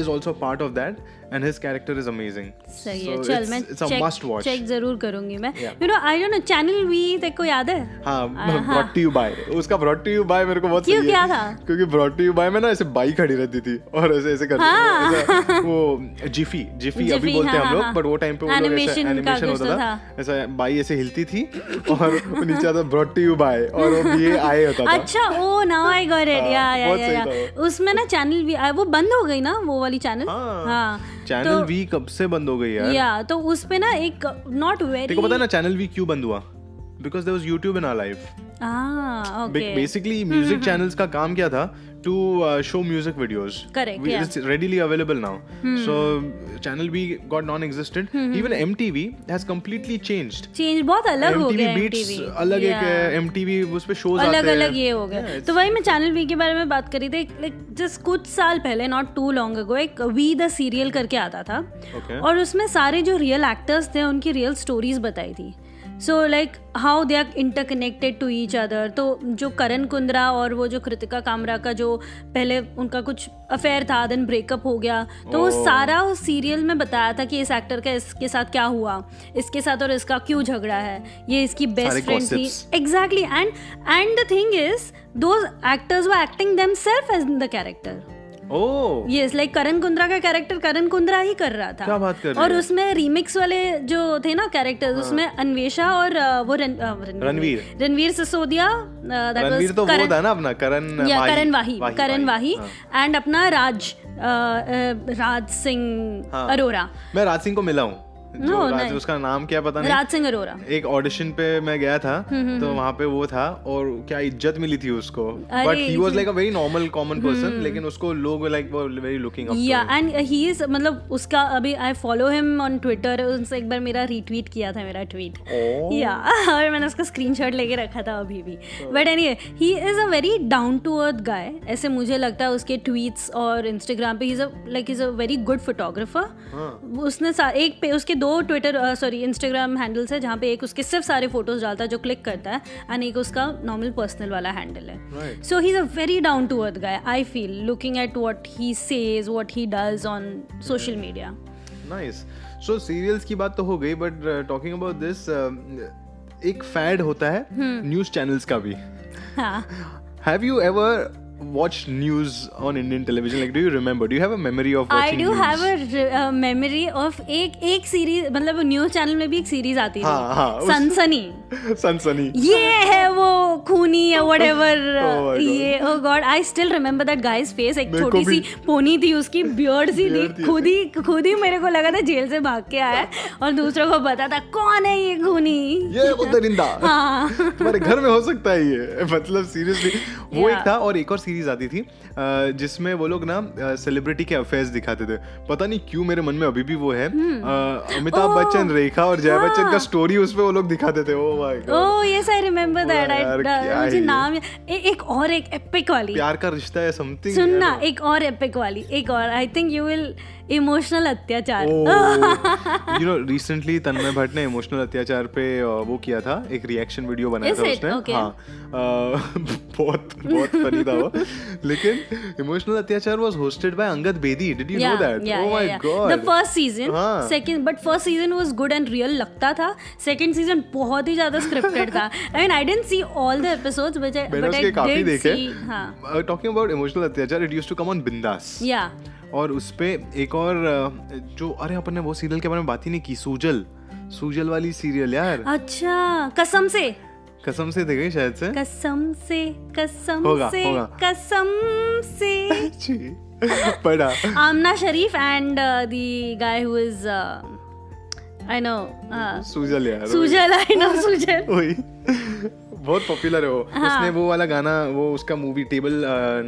[SPEAKER 1] is also part of that, and his character is amazing.
[SPEAKER 2] सही है
[SPEAKER 1] So
[SPEAKER 2] चल
[SPEAKER 1] it's,
[SPEAKER 2] मैं
[SPEAKER 1] it's a must
[SPEAKER 2] check
[SPEAKER 1] watch.
[SPEAKER 2] Check जरूर करूंगी मैं
[SPEAKER 1] Yeah.
[SPEAKER 2] You know I don't know Channel V तक को याद है
[SPEAKER 1] हाँ ब्रॉट टू यू बाय उसका ब्रॉट टू यू बाय मेरे को बहुत
[SPEAKER 2] क्यों,
[SPEAKER 1] सही है।
[SPEAKER 2] क्या था?
[SPEAKER 1] क्योंकि ब्रॉट टू यू बाय में ना ऐसे बाई खड़ी रहती थी और ऐसे ऐसे करती
[SPEAKER 2] हाँ।
[SPEAKER 1] थी वो ऐसा- वो जिफी जिफी अभी
[SPEAKER 2] Jiffy,
[SPEAKER 1] बोलते हैं
[SPEAKER 2] हाँ,
[SPEAKER 1] हम लोग
[SPEAKER 2] हाँ,
[SPEAKER 1] बट वो टाइम पे वो लोग ऐसे
[SPEAKER 2] Animation का
[SPEAKER 1] एनिमेशन
[SPEAKER 2] कुछ
[SPEAKER 1] होता
[SPEAKER 2] तो
[SPEAKER 1] था ऐसा बाई ऐसे हिलती थी और वो नीचे आता ब्रॉट टू यू बाय और वो बी आए होता था
[SPEAKER 2] अच्छा oh now I got it yeah
[SPEAKER 1] हाँ,
[SPEAKER 2] या
[SPEAKER 1] बहुत
[SPEAKER 2] या
[SPEAKER 1] सही
[SPEAKER 2] या
[SPEAKER 1] था
[SPEAKER 2] उसमें ना चैनल भी आ, वो बंद हो गई ना वो वाली चैनल
[SPEAKER 1] हाँ।
[SPEAKER 2] हाँ
[SPEAKER 1] चैनल
[SPEAKER 2] तो-
[SPEAKER 1] वी कब से बंद हो गई यार
[SPEAKER 2] या तो उस पे ना एक नॉट वेरी
[SPEAKER 1] तेरे को पता है ना चैनल वी क्यों बंद हुआ because there was YouTube in our life
[SPEAKER 2] हां okay
[SPEAKER 1] basically
[SPEAKER 2] Mm-hmm.
[SPEAKER 1] Music channels का काम क्या था uh, to show music videos
[SPEAKER 2] Correct, yeah. Hmm.
[SPEAKER 1] It's readily available now so channel V got non existent even MTV has completely changed
[SPEAKER 2] change बहुत hmm. अलग हो
[SPEAKER 1] MTV
[SPEAKER 2] गया
[SPEAKER 1] Beats
[SPEAKER 2] MTV,
[SPEAKER 1] अलग एक uh,
[SPEAKER 2] yeah.
[SPEAKER 1] है एमटीवी उस पे shows आते हैं
[SPEAKER 2] अलग अलग ये हो गया तो वही मैं चैनल वी के बारे में बात करी थी लाइक जस्ट कुछ साल पहले नॉट टू लॉन्ग अगो एक वी द सीरियल करके आता था
[SPEAKER 1] Okay.
[SPEAKER 2] और उसमें सारे जो रियल एक्टर्स थे उनकी रियल स्टोरीज बताई थी so like how they are interconnected to each other तो जो करण कुंद्रा और वो जो कृतिका कामरा का जो पहले उनका कुछ अफेयर था देन ब्रेकअप हो गया तो वो
[SPEAKER 1] Oh.
[SPEAKER 2] सारा सीरियल में बताया था कि इस एक्टर का इसके साथ क्या हुआ इसके साथ और इसका क्यों झगड़ा है ये इसकी
[SPEAKER 1] सारे
[SPEAKER 2] बेस्ट फ्रेंड थी
[SPEAKER 1] gossips.
[SPEAKER 2] Exactly and and the thing is those actors were acting them self as the character
[SPEAKER 1] oh
[SPEAKER 2] ये लाइक करण कुंद्रा का कैरेक्टर करण कुंद्रा ही कर रहा था
[SPEAKER 1] क्या बात कर रही
[SPEAKER 2] और
[SPEAKER 1] है? हाँ।
[SPEAKER 2] उसमें रीमिक्स वाले जो थे ना कैरेक्टर्स उसमें अन्वेषा और अ, वो रन- अ,
[SPEAKER 1] रणवीर।
[SPEAKER 2] रणवीर सिसोदिया अ, that
[SPEAKER 1] रणवीर
[SPEAKER 2] was
[SPEAKER 1] तो वो
[SPEAKER 2] करण-
[SPEAKER 1] था ना अपना करण
[SPEAKER 2] या
[SPEAKER 1] वाही।
[SPEAKER 2] करण वाही करण वाही
[SPEAKER 1] हाँ।
[SPEAKER 2] एंड अपना राज अ, अ, राज सिंह
[SPEAKER 1] हाँ।
[SPEAKER 2] अरोरा
[SPEAKER 1] मैं राज सिंह को मिला हूँ जो
[SPEAKER 2] No,
[SPEAKER 1] राज-
[SPEAKER 2] Oh, nice.
[SPEAKER 1] उसका नाम क्या पता नहीं
[SPEAKER 2] राज सिंह अरोरा
[SPEAKER 1] एक ऑडिशन पे मैं गया था तो वहाँ पे वो था और क्या इज्जत मिली थी उसको but he was like a very normal common person लेकिन उसको लोग लाइक वो वेरी लुकिंग अप
[SPEAKER 2] या एंड ही इज मतलब उसका अभी I follow him on Twitter उनसे एक बार मेरा रीट्वीट किया था मेरा ट्वीट
[SPEAKER 1] Oh.
[SPEAKER 2] या [LAUGHS] और मैंने उसका स्क्रीनशॉट लेके रखा था अभी भी but any he is a very down to earth guy ऐसे मुझे लगता है उसके ट्वीट्स और इंस्टाग्राम पे is a like is a very good photographer उसने सा- एक पे उसके दो uh, Twitter sorry Instagram handles है जहाँ पे एक उसके सिर्फ सारे फोटोज डालता है जो क्लिक करता है एंड एक उसका नॉर्मल पर्सनल वाला हैंडल है
[SPEAKER 1] Right.
[SPEAKER 2] so he's a very down to earth guy i feel looking at what he says what he does on social media [LAUGHS]
[SPEAKER 1] nice so serials की बात तो हो गई but talking about this uh, एक fad होता है news channels का भी
[SPEAKER 2] हाँ.
[SPEAKER 1] Have you ever watched news on Indian television like do you remember do you have a memory of
[SPEAKER 2] I
[SPEAKER 1] watching
[SPEAKER 2] do have
[SPEAKER 1] [LAUGHS] news?
[SPEAKER 2] A memory of एक एक series मतलब news channel में भी एक series आती
[SPEAKER 1] हाँ, हाँ,
[SPEAKER 2] थी
[SPEAKER 1] उस-
[SPEAKER 2] सनसनी
[SPEAKER 1] सनसनी
[SPEAKER 2] ये है वो खूनी या वट
[SPEAKER 1] [LAUGHS] Oh my God.
[SPEAKER 2] ये oh God I still remember that guy's face एक
[SPEAKER 1] मेरे को
[SPEAKER 2] छोटी सी
[SPEAKER 1] भी।
[SPEAKER 2] पोनी थी उसकी बियर्ड सी
[SPEAKER 1] Beard
[SPEAKER 2] थी
[SPEAKER 1] थी।
[SPEAKER 2] खुद ही खुद ही मेरे को लगा था जेल से भाग के आया है और दूसरों को पता था कौन है ये खूनी
[SPEAKER 1] ये वो दरिंदा
[SPEAKER 2] हाँ
[SPEAKER 1] तुम्हारे घर में हो सकता है ये मतलब सीरियसली वो
[SPEAKER 2] Yeah.
[SPEAKER 1] एक था और एक और सीरीज आती थी अ, जिसमें वो लोग ना सेलिब्रिटी के अफेयर्स दिखाते थे पता नहीं क्यों मेरे मन में अभी भी वो है अ, अमिताभ
[SPEAKER 2] Oh.
[SPEAKER 1] बच्चन रेखा और जया बच्चन का
[SPEAKER 2] हाँ.
[SPEAKER 1] स्टोरी उसपे वो लोग दिखाते थे Oh oh my God
[SPEAKER 2] oh yes I remember that I
[SPEAKER 1] यार, क्या
[SPEAKER 2] uh, मुझे
[SPEAKER 1] है
[SPEAKER 2] नाम ए, एक और एक एपिक वाली
[SPEAKER 1] प्यार का रिश्ता है समथिंग
[SPEAKER 2] सुनना एक और एपिक वाली एक और I think you will Emotional Atyachar
[SPEAKER 1] Oh,
[SPEAKER 2] [LAUGHS]
[SPEAKER 1] you know recently Tanmay Bhatt ने इमोशनल अत्याचार पे अ, वो किया था एक रिएक्शन वीडियो बनाया
[SPEAKER 2] Is
[SPEAKER 1] था
[SPEAKER 2] it?
[SPEAKER 1] उसने
[SPEAKER 2] Okay.
[SPEAKER 1] हाँ अ, [LAUGHS] बहुत बहुत फनी था वो लेकिन Emotional Atyachar was hosted by Angad Bedi did you know that oh my
[SPEAKER 2] the
[SPEAKER 1] God
[SPEAKER 2] first season
[SPEAKER 1] Oh हाँ।
[SPEAKER 2] Second but first season was good and real लगता था सेकंड सीजन बहुत ही ज्यादा
[SPEAKER 1] [LAUGHS]
[SPEAKER 2] स्क्रिप्टेड था I mean I didn't see all the episodes but I
[SPEAKER 1] मैंने
[SPEAKER 2] but
[SPEAKER 1] उसके
[SPEAKER 2] I
[SPEAKER 1] काफी
[SPEAKER 2] did
[SPEAKER 1] देखे
[SPEAKER 2] सी हां
[SPEAKER 1] talking about Emotional Atyachar it used to come on Bindass
[SPEAKER 2] yeah
[SPEAKER 1] और उस पे एक और अ, जो अरे अपन ने वो सीरियल के बारे में बात ही नहीं की सूजल सूजल वाली सीरियल यार
[SPEAKER 2] अच्छा कसम से
[SPEAKER 1] कसम से देखे शायद से
[SPEAKER 2] कसम से कसम
[SPEAKER 1] होगा,
[SPEAKER 2] से
[SPEAKER 1] होगा।
[SPEAKER 2] कसम से
[SPEAKER 1] [LAUGHS] जी पढ़ा
[SPEAKER 2] Amna Sharif and uh, the guy who is uh, I know uh,
[SPEAKER 1] Sujal यार
[SPEAKER 2] Sujal I know
[SPEAKER 1] [LAUGHS]
[SPEAKER 2] Sujal Ah,
[SPEAKER 1] वही बहुत पॉपुलर है वो
[SPEAKER 2] हाँ।
[SPEAKER 1] उसने वो वाला गाना वो उसका movie table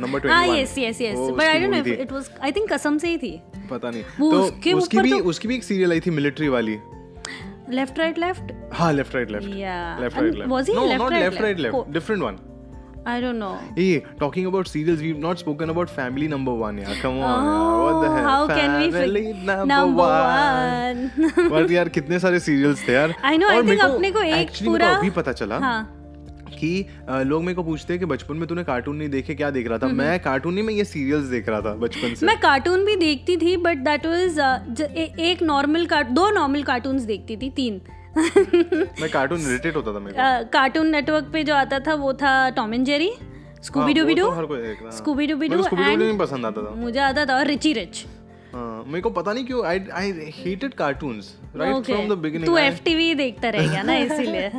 [SPEAKER 1] number
[SPEAKER 2] Ah
[SPEAKER 1] 21
[SPEAKER 2] yes yes yes
[SPEAKER 1] वो
[SPEAKER 2] but I
[SPEAKER 1] उसकी
[SPEAKER 2] don't know if
[SPEAKER 1] movie
[SPEAKER 2] it was I think कसम से ही थी
[SPEAKER 1] थी, पता नहीं
[SPEAKER 2] वो
[SPEAKER 1] तो
[SPEAKER 2] उसके
[SPEAKER 1] उसकी
[SPEAKER 2] ऊपर
[SPEAKER 1] भी
[SPEAKER 2] तो-
[SPEAKER 1] उसकी भी एक सीरियल आई थी मिलिट्री वाली
[SPEAKER 2] left right left
[SPEAKER 1] हाँ left right left
[SPEAKER 2] Yeah.
[SPEAKER 1] Left
[SPEAKER 2] And
[SPEAKER 1] right left
[SPEAKER 2] was he
[SPEAKER 1] no
[SPEAKER 2] left,
[SPEAKER 1] not
[SPEAKER 2] right,
[SPEAKER 1] left right
[SPEAKER 2] left?
[SPEAKER 1] Left different one
[SPEAKER 2] I don't know
[SPEAKER 1] ए talking about serials we not spoken about family number 1 यार come on what the
[SPEAKER 2] oh
[SPEAKER 1] hell
[SPEAKER 2] how can we
[SPEAKER 1] family
[SPEAKER 2] fix
[SPEAKER 1] number 1
[SPEAKER 2] number one [LAUGHS]
[SPEAKER 1] but यार कितने सारे serials थे यार
[SPEAKER 2] I know, I
[SPEAKER 1] और मेरे
[SPEAKER 2] think अपने को एक
[SPEAKER 1] actually मेरे को
[SPEAKER 2] पूरा-
[SPEAKER 1] अभी पता चला
[SPEAKER 2] हाँ
[SPEAKER 1] कि अ, लोग मेरे को पूछते हैं कि बचपन में तूने कार्टून नहीं देखे क्या देख रहा था मैं कार्टून नहीं मैं ये सीरियल्स देख रहा था बचपन से
[SPEAKER 2] हम्म, मैं कार्टून भी देखती थी बट दैट वाज uh, एक नॉर्मल दो नॉर्मल कार्टून्स देखती थी तीन
[SPEAKER 1] मैं कार्टून रिलेटेड होता था मेरे को हाँ,
[SPEAKER 2] अ, कार्टून नेटवर्क पे जो आता था वो था टॉम एंड जेरी स्कूबी
[SPEAKER 1] हाँ, वो
[SPEAKER 2] डूबी डू
[SPEAKER 1] तो हर कोई देखता था।
[SPEAKER 2] स्कूबी डूबी
[SPEAKER 1] मेरे
[SPEAKER 2] डू
[SPEAKER 1] को Scooby-Doo नहीं
[SPEAKER 2] एंड
[SPEAKER 1] पसंद आता था
[SPEAKER 2] मुझे आता था और रिची रिच
[SPEAKER 1] हाँ, मेरे को पता नहीं क्यों I I hated cartoons right from the
[SPEAKER 2] okay
[SPEAKER 1] beginning
[SPEAKER 2] तू एफ टीवी देखता रह गया
[SPEAKER 1] [LAUGHS]
[SPEAKER 2] ना इसीलिए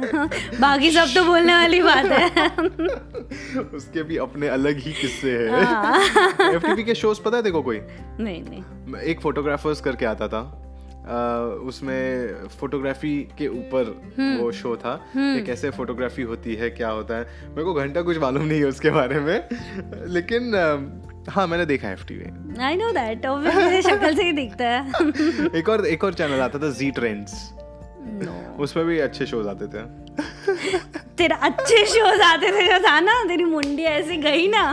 [SPEAKER 2] बाकी सब तो बोलने वाली बात है
[SPEAKER 1] [LAUGHS] उसके भी अपने अलग ही किस्से हैं
[SPEAKER 2] हाँ।
[SPEAKER 1] [LAUGHS] एफटीपी के शोज पता है देखो कोई
[SPEAKER 2] नहीं नहीं
[SPEAKER 1] एक फोटोग्राफर्स करके आता था अ, उसमें फोटोग्राफी के ऊपर
[SPEAKER 2] हम्म।
[SPEAKER 1] वो शो था कि कैसे फोटोग्राफी होती है क्या होता है मेरे को घंटा कुछ मालूम नहीं है उसके बारे में लेकिन अ, हाँ मैंने देखा है
[SPEAKER 2] [LAUGHS]
[SPEAKER 1] एफ
[SPEAKER 2] आई नो दैट मेरे शक्ल से ही दिखता है
[SPEAKER 1] एक और एक और चैनल आता था जी ट्रेंड्स
[SPEAKER 2] नो
[SPEAKER 1] उसमें भी अच्छे शोज आते थे
[SPEAKER 2] तेरा अच्छे शोज आते थे जो था ना तेरी मुंडी ऐसी गई ना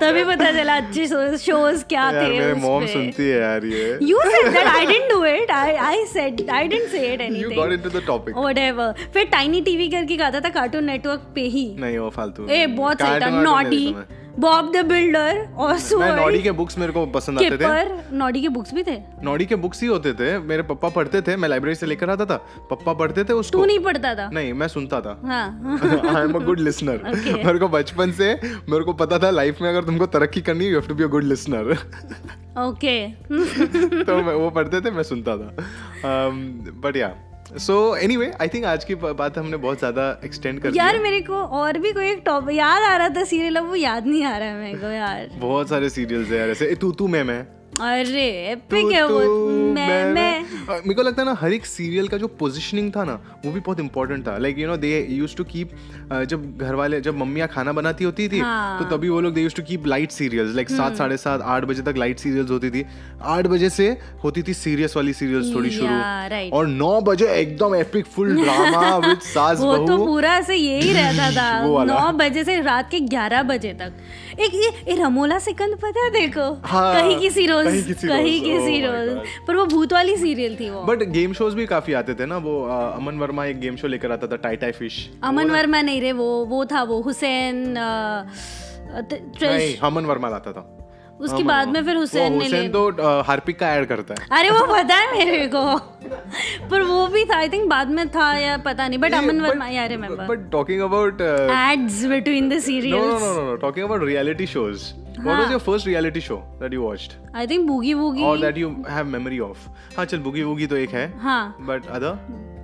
[SPEAKER 2] तभी पता चला अच्छे शोज क्या
[SPEAKER 1] यार
[SPEAKER 2] थे
[SPEAKER 1] मेरे मॉम सुनती है यार ये
[SPEAKER 2] you said that I didn't do it I I said I didn't say it
[SPEAKER 1] you got
[SPEAKER 2] anything
[SPEAKER 1] into the topic
[SPEAKER 2] Oh। Whatever फिर टाइनी टीवी करके आता था कार्टून नेटवर्क पे ही
[SPEAKER 1] नहीं वो फालतू
[SPEAKER 2] ए बहुत सही था
[SPEAKER 1] कार्टून वाटून नहीं
[SPEAKER 2] नॉटी
[SPEAKER 1] देखा मैं।
[SPEAKER 2] बॉब द बिल्डर और
[SPEAKER 1] मैं नॉडी
[SPEAKER 2] स्वर्ड
[SPEAKER 1] के बुक्स मेरे को पसंद आते थे
[SPEAKER 2] किपर नॉडी के बुक्स भी थे
[SPEAKER 1] नॉडी के बुक्स ही होते थे मेरे पापा पढ़ते थे मैं लाइब्रेरी से लेकर आता था पापा पढ़ते थे
[SPEAKER 2] तू
[SPEAKER 1] उसको
[SPEAKER 2] नहीं पढ़ता था
[SPEAKER 1] नहीं मैं सुनता
[SPEAKER 2] [LAUGHS]
[SPEAKER 1] था
[SPEAKER 2] हाँ
[SPEAKER 1] I am a good listener
[SPEAKER 2] Okay.
[SPEAKER 1] मेरे को बचपन से मेरे को पता था लाइफ में अगर तुमको तरक्की करनी है you have to be a good listener
[SPEAKER 2] okay
[SPEAKER 1] [LAUGHS] तो मैं वो पढ़ते थे मैं सुनता था Um, बट या सो एनीवे आई थिंक आज की ब- बात हमने बहुत ज्यादा एक्सटेंड कर दी
[SPEAKER 2] यार मेरे को और भी कोई एक टॉप याद आ रहा था सीरियल अब वो याद नहीं आ रहा है मेरे को यार
[SPEAKER 1] बहुत सारे सीरियल्स है यार ऐसे ए, तू तू मैं मैं
[SPEAKER 2] अरे
[SPEAKER 1] तू
[SPEAKER 2] एपिक है
[SPEAKER 1] तू
[SPEAKER 2] वो मैं मैं
[SPEAKER 1] अ, मेरे को लगता है ना हर एक सीरियल का जो पोजीशनिंग था ना वो भी बहुत इंपॉर्टेंट था like you know they use to keep जब घर वाले जब मम्मियाँ खाना बनाती होती थी
[SPEAKER 2] हाँ। हम्म।
[SPEAKER 1] तो तभी वो लोग they use to keep light serials like सात साढ़े सात आठ बजे तक लाइट सीरियल्स होती थी आठ बजे से होती थी सीरियस वाली सीरियल्स थोड़ी
[SPEAKER 2] Yeah,
[SPEAKER 1] शुरू
[SPEAKER 2] right.
[SPEAKER 1] और नौ बजे एकदम एपिक फुल
[SPEAKER 2] [LAUGHS]
[SPEAKER 1] ड्रामा विद सास
[SPEAKER 2] वो तो
[SPEAKER 1] बहू
[SPEAKER 2] पूरा ऐसे
[SPEAKER 1] [LAUGHS]
[SPEAKER 2] यही रहता
[SPEAKER 1] वो
[SPEAKER 2] था
[SPEAKER 1] वाला।
[SPEAKER 2] नौ बजे से रात के ग्यारह बजे तक एक ये, ये रमोला सिकंद पता है देखो
[SPEAKER 1] हाँ,
[SPEAKER 2] कहीं किसी रोज
[SPEAKER 1] कहीं किसी रोज,
[SPEAKER 2] कहीं किसी
[SPEAKER 1] oh my
[SPEAKER 2] रोज
[SPEAKER 1] God.
[SPEAKER 2] पर वो भूत वाली सीरियल थी वो
[SPEAKER 1] बट गेम शोज भी काफी आते थे ना वो अ, अमन वर्मा एक गेम शो लेकर आता था tie tie fish
[SPEAKER 2] Aman Verma नहीं रे वो वो था वो हुसैन अ, अ, त- ट्रेश-
[SPEAKER 1] नहीं अमन वर्मा लाता था
[SPEAKER 2] उसके बाद में फिर
[SPEAKER 1] वो
[SPEAKER 2] हुसैन ने ले
[SPEAKER 1] हुसैन तो अ, हार्पिक का ऐड करता है
[SPEAKER 2] अरे वो पता है मेरे को पर वो भी था आई थिंक बाद में था या पता नहीं but Aman Verma I remember
[SPEAKER 1] But talking about uh,
[SPEAKER 2] ads between the
[SPEAKER 1] no, no,
[SPEAKER 2] serials
[SPEAKER 1] no, no, no. Talking about reality shows. What
[SPEAKER 2] हाँ।
[SPEAKER 1] was your first reality show that you watched
[SPEAKER 2] I think boogie
[SPEAKER 1] or
[SPEAKER 2] woogie
[SPEAKER 1] that you have memory of? हाँ चल बुगी वुगी तो एक है.
[SPEAKER 2] हाँ
[SPEAKER 1] But other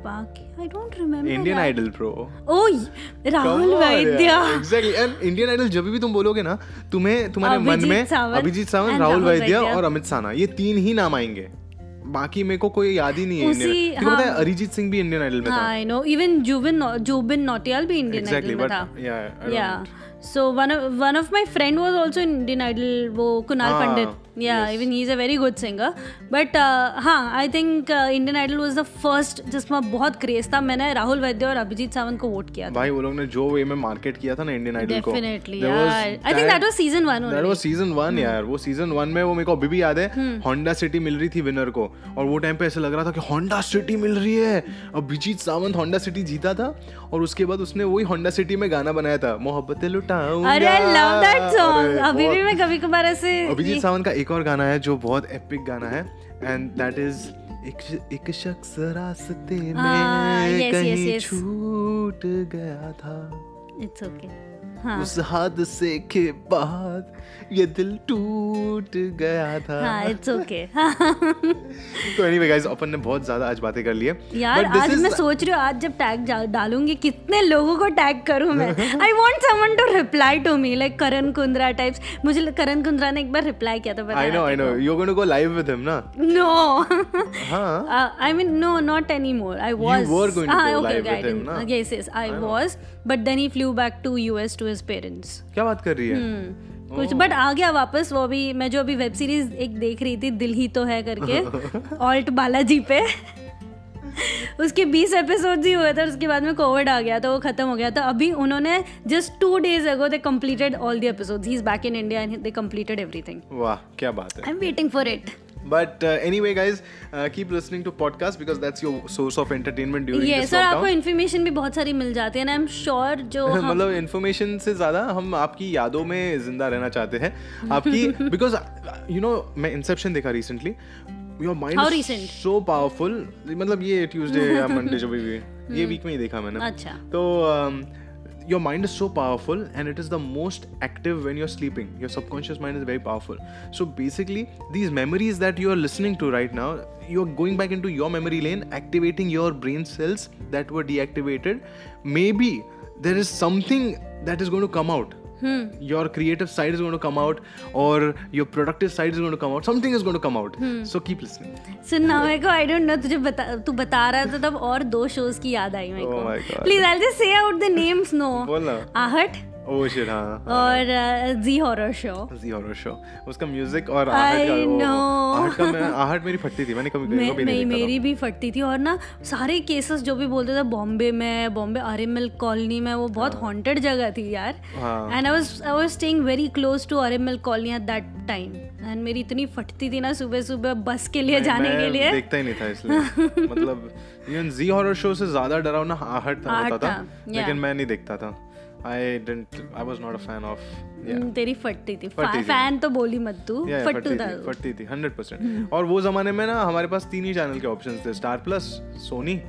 [SPEAKER 2] बाकी I don't remember
[SPEAKER 1] Indian Idol pro.
[SPEAKER 2] O
[SPEAKER 1] Come
[SPEAKER 2] Rahul
[SPEAKER 1] on,
[SPEAKER 2] Vaidya
[SPEAKER 1] यार. Exactly. And Indian Idol जब भी तुम बोलोगे ना तुम्हें तुम्हारे मन
[SPEAKER 2] अभिजीत
[SPEAKER 1] में
[SPEAKER 2] सावंत
[SPEAKER 1] अभिजीत सावंत
[SPEAKER 2] and
[SPEAKER 1] राहुल
[SPEAKER 2] राहुल
[SPEAKER 1] वैद्य
[SPEAKER 2] वैद्य.
[SPEAKER 1] और अमित साना ये तीन ही नाम आएंगे बाकी मेरे को कोई याद ही नहीं है
[SPEAKER 2] उसी-
[SPEAKER 1] Indian- क्योंकि
[SPEAKER 2] हाँ.
[SPEAKER 1] पता है अरिजीत सिंह भी इंडियन आइडल में था
[SPEAKER 2] I know even Zubin Zubin Nautiyal भी इंडियन
[SPEAKER 1] Exactly,
[SPEAKER 2] आइडल में
[SPEAKER 1] but
[SPEAKER 2] था
[SPEAKER 1] yeah, I don't
[SPEAKER 2] yeah so one of one of my friend was also in indian idol wo kunal
[SPEAKER 1] Ah,
[SPEAKER 2] pandit yeah even he's a very good singer but uh, ha i think uh, indian idol was the first जिसमें बहुत craze था मैंने राहुल वैद्य और अभिजीत सावंत को vote किया था
[SPEAKER 1] भाई वो लोग ने जो वे में मार्केट किया था ना इंडियन आइडल को
[SPEAKER 2] डेफिनेटली
[SPEAKER 1] there was
[SPEAKER 2] यार I think that was season 1
[SPEAKER 1] that was season one
[SPEAKER 2] Hmm.
[SPEAKER 1] यार वो सीजन वन में वो मेरे को अभी भी याद है होंडा सिटी मिल रही थी विनर को और वो टाइम पे ऐसा लग रहा था कि होंडा सिटी मिल रही है अभिजीत सावंत होंडा सिटी जीता था और उसके बाद उसने वही होंडा सिटी में गाना बनाया था मोहब्बतें लुटाऊंगा
[SPEAKER 2] अरे आई लव दैट
[SPEAKER 1] अरे,
[SPEAKER 2] सॉन्ग अभी
[SPEAKER 1] बहुत-
[SPEAKER 2] भी मैं कभी कभार ऐसे
[SPEAKER 1] अभिजीत सावंत का एक और गाना है जो बहुत एपिक गाना है एंड दैट इज एक एक शख्स रास्ते में
[SPEAKER 2] हाँ, yes, yes,
[SPEAKER 1] कहीं
[SPEAKER 2] yes.
[SPEAKER 1] छूट गया था
[SPEAKER 2] इट्स ओके हाँ
[SPEAKER 1] उस हादसे के बाद ये दिल टूट गया था [LAUGHS]
[SPEAKER 2] हाँ इट्स ओके
[SPEAKER 1] तो एनीवे गाइस अपन ने बहुत ज्यादा आज बातें कर ली है
[SPEAKER 2] यार
[SPEAKER 1] But this
[SPEAKER 2] आज
[SPEAKER 1] is
[SPEAKER 2] मैं
[SPEAKER 1] the-
[SPEAKER 2] सोच रही हूँ आज जब टैग डालूंगी कितने लोगों को टैग करूँ मैं I want someone to reply to me like Karan Kundra types मुझे ल- करण कुंद्रा ने एक बार रिप्लाई किया था तो।
[SPEAKER 1] I know I know you are going to go live with him ना
[SPEAKER 2] [LAUGHS]
[SPEAKER 1] हाँ,
[SPEAKER 2] नो
[SPEAKER 1] हां
[SPEAKER 2] I mean no not any more I was
[SPEAKER 1] were going
[SPEAKER 2] Ah,
[SPEAKER 1] to go live with him, ना?
[SPEAKER 2] yes yes i was but then he flew back to us to his parents
[SPEAKER 1] क्या बात कर रही है
[SPEAKER 2] हम्म। कुछ but आ गया वापस वो अभी मैं जो अभी वेब सीरीज एक देख रही थी दिल ही तो है
[SPEAKER 1] [LAUGHS]
[SPEAKER 2] करके ऑल्ट बालाजी पे उसके 20 एपिसोड ही हुए थे और उसके बाद में कोविड आ गया तो वो खत्म हो गया था अभी उन्होंने just two days ago they completed all the episodes he is back in India and they completed everything
[SPEAKER 1] वाह क्या बात है uh,
[SPEAKER 2] I am waiting for it
[SPEAKER 1] but anyway guys keep listening to podcast because that's your source of entertainment during
[SPEAKER 2] ये
[SPEAKER 1] this
[SPEAKER 2] sir आपको
[SPEAKER 1] lockdown
[SPEAKER 2] information भी बहुत सारी मिल जाती है ना आई एम श्योर
[SPEAKER 1] [LAUGHS]
[SPEAKER 2] जो हम-
[SPEAKER 1] मतलब इन्फॉर्मेशन से ज्यादा हम आपकी यादों में जिंदा रहना चाहते हैं
[SPEAKER 2] [LAUGHS]
[SPEAKER 1] आपकी बिकॉज यू नो मैं इंसेप्शन देखा recently your
[SPEAKER 2] How
[SPEAKER 1] mind
[SPEAKER 2] recent?
[SPEAKER 1] So powerful मतलब ये ट्यूसडे या मंडे जो भी भी ये वीक में ही देखा मैंने
[SPEAKER 2] अच्छा
[SPEAKER 1] तो your mind is so powerful and it is the most active when you're sleeping your subconscious mind is very powerful so basically these memories that you are listening to right now you are going back in to your memory lane activating your brain cells that were deactivated maybe there is something that is going to come out your creative side is going to come out or your productive side is going to come out something is going to come out so keep listening
[SPEAKER 2] सुनना मेरे को I don't know तुझे बता तू बता रहा था तब और दो शोज की याद आई मेरे
[SPEAKER 1] Oh my
[SPEAKER 2] को
[SPEAKER 1] God. [LAUGHS]
[SPEAKER 2] Please I just say out the names no
[SPEAKER 1] बोल ना
[SPEAKER 2] आहट
[SPEAKER 1] ओह शिट हाँ
[SPEAKER 2] और Zee horror show
[SPEAKER 1] Zee horror show उसका म्यूजिक और
[SPEAKER 2] I
[SPEAKER 1] आहट का वो-
[SPEAKER 2] know.
[SPEAKER 1] आहट का
[SPEAKER 2] [LAUGHS]
[SPEAKER 1] मैं- आहट मेरी फटती थी मैंने कभी
[SPEAKER 2] मे-
[SPEAKER 1] कहीं को भी नहीं
[SPEAKER 2] नहीं
[SPEAKER 1] देखा
[SPEAKER 2] मेरी भी फटती थी और ना सारे केसेस जो भी बोलते थे बॉम्बे में बॉम्बे आरएमएल कॉलोनी में वो बहुत हॉन्टेड जगह थी यार
[SPEAKER 1] हाँ।
[SPEAKER 2] And I was I was staying very close to RML colony at that time and मेरी इतनी फटती थी ना सुबह सुबह बस के लिए
[SPEAKER 1] मैं-
[SPEAKER 2] जाने
[SPEAKER 1] मैं
[SPEAKER 2] के लिए
[SPEAKER 1] देखता ही नहीं था
[SPEAKER 2] [LAUGHS]
[SPEAKER 1] इसलिए मतलब इवन जी हॉरर शो से ज्यादा डरावना आहट था
[SPEAKER 2] आहट
[SPEAKER 1] होता था
[SPEAKER 2] था, yeah.
[SPEAKER 1] लेकिन मैं नहीं देखता था I didn't I was not a fan of
[SPEAKER 2] हम्म, तेरी फटती थी
[SPEAKER 1] फटती थी।
[SPEAKER 2] फैन तो बोली मत तू
[SPEAKER 1] या, या,
[SPEAKER 2] फटू
[SPEAKER 1] फटती
[SPEAKER 2] था Hmm.
[SPEAKER 1] थी फटती थी 100% और वो जमाने में ना हमारे पास तीन ही चैनल के ऑप्शंस थे स्टार प्लस सोनी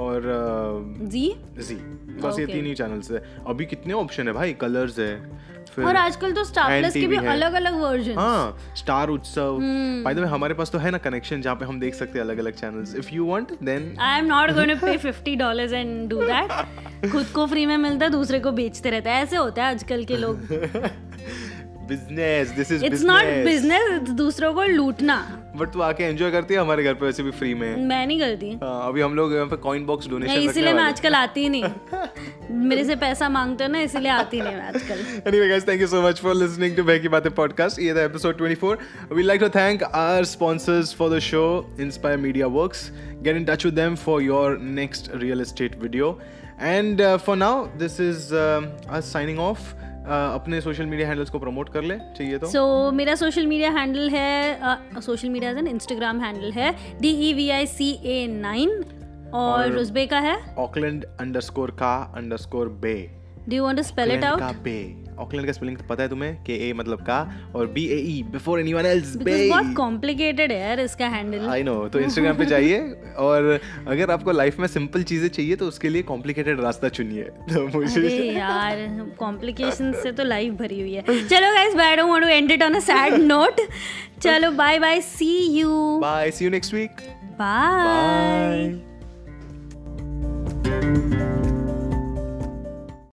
[SPEAKER 1] और uh, अ,
[SPEAKER 2] जी
[SPEAKER 1] जी बस ये
[SPEAKER 2] Okay.
[SPEAKER 1] तीन ही चैनल्स है अभी कितने ऑप्शन है भाई कलर्स है फिर
[SPEAKER 2] और आजकल तो स्टार प्लस के
[SPEAKER 1] NTV
[SPEAKER 2] भी Hmm.
[SPEAKER 1] है।
[SPEAKER 2] अलग अलग वर्जन
[SPEAKER 1] हाँ Star Utsav by the way हमारे पास तो है ना कनेक्शन जहाँ पे हम देख सकते हैं अलग अलग channels if you want [LAUGHS] then
[SPEAKER 2] I am not going to pay fifty dollars and do that खुद को फ्री में मिलता है दूसरे को बेचते रहता है ऐसे होता है आजकल के लोग
[SPEAKER 1] business this is
[SPEAKER 2] it's not
[SPEAKER 1] business
[SPEAKER 2] business it's दूसरों को लूटना
[SPEAKER 1] बट तू आके एंजॉय करती है हमारे घर पे वैसे भी फ्री में है।
[SPEAKER 2] मैं नहीं करती
[SPEAKER 1] हाँ, अभी हम लोग यहाँ पे कॉइन बॉक्स
[SPEAKER 2] मैं
[SPEAKER 1] डोनेशन
[SPEAKER 2] Hmm. इसीलिए मैं आजकल आती ही नहीं मेरे से पैसा मांगते हो ना इसीलिए आती नहीं मैं आजकल
[SPEAKER 1] Anyway, guys, thank you so much for listening to Becky Bate podcast. Here, the episode 24. We'd like to thank our sponsors for the show, Inspire Media Works. Get in touch with them for your next real estate video. And uh, for now, this is um, us signing off. Uh, अपने social media handles को promote कर ले चाहिए तो
[SPEAKER 2] so मेरा social media handle है social media an Instagram handle है E D E V I C A nine और
[SPEAKER 1] और-
[SPEAKER 2] रुजबे का है
[SPEAKER 1] ऑकलैंड अंडरस्कोर का underscore bay
[SPEAKER 2] do you want to spell it out
[SPEAKER 1] का बे ऑकलैंड का स्पेलिंग तो पता है तुम्हें के ए मतलब का और E B A E before anyone else bay
[SPEAKER 2] because बहुत कॉम्प्लिकेटेड है यार इसका हैंडल
[SPEAKER 1] आई नो तो इंस्टाग्राम पे जाइए और अगर आपको लाइफ में सिंपल चीजें चाहिए तो उसके लिए कॉम्प्लिकेटेड रास्ता चुनिए तो
[SPEAKER 2] अरे
[SPEAKER 1] मुझे
[SPEAKER 2] यार कॉम्प्लिकेशन से तो लाइफ भरी हुई है चलो guys bye don't want to end it on a sad [LAUGHS] note चलो bye bye see you
[SPEAKER 1] bye see you next week
[SPEAKER 2] bye
[SPEAKER 1] bye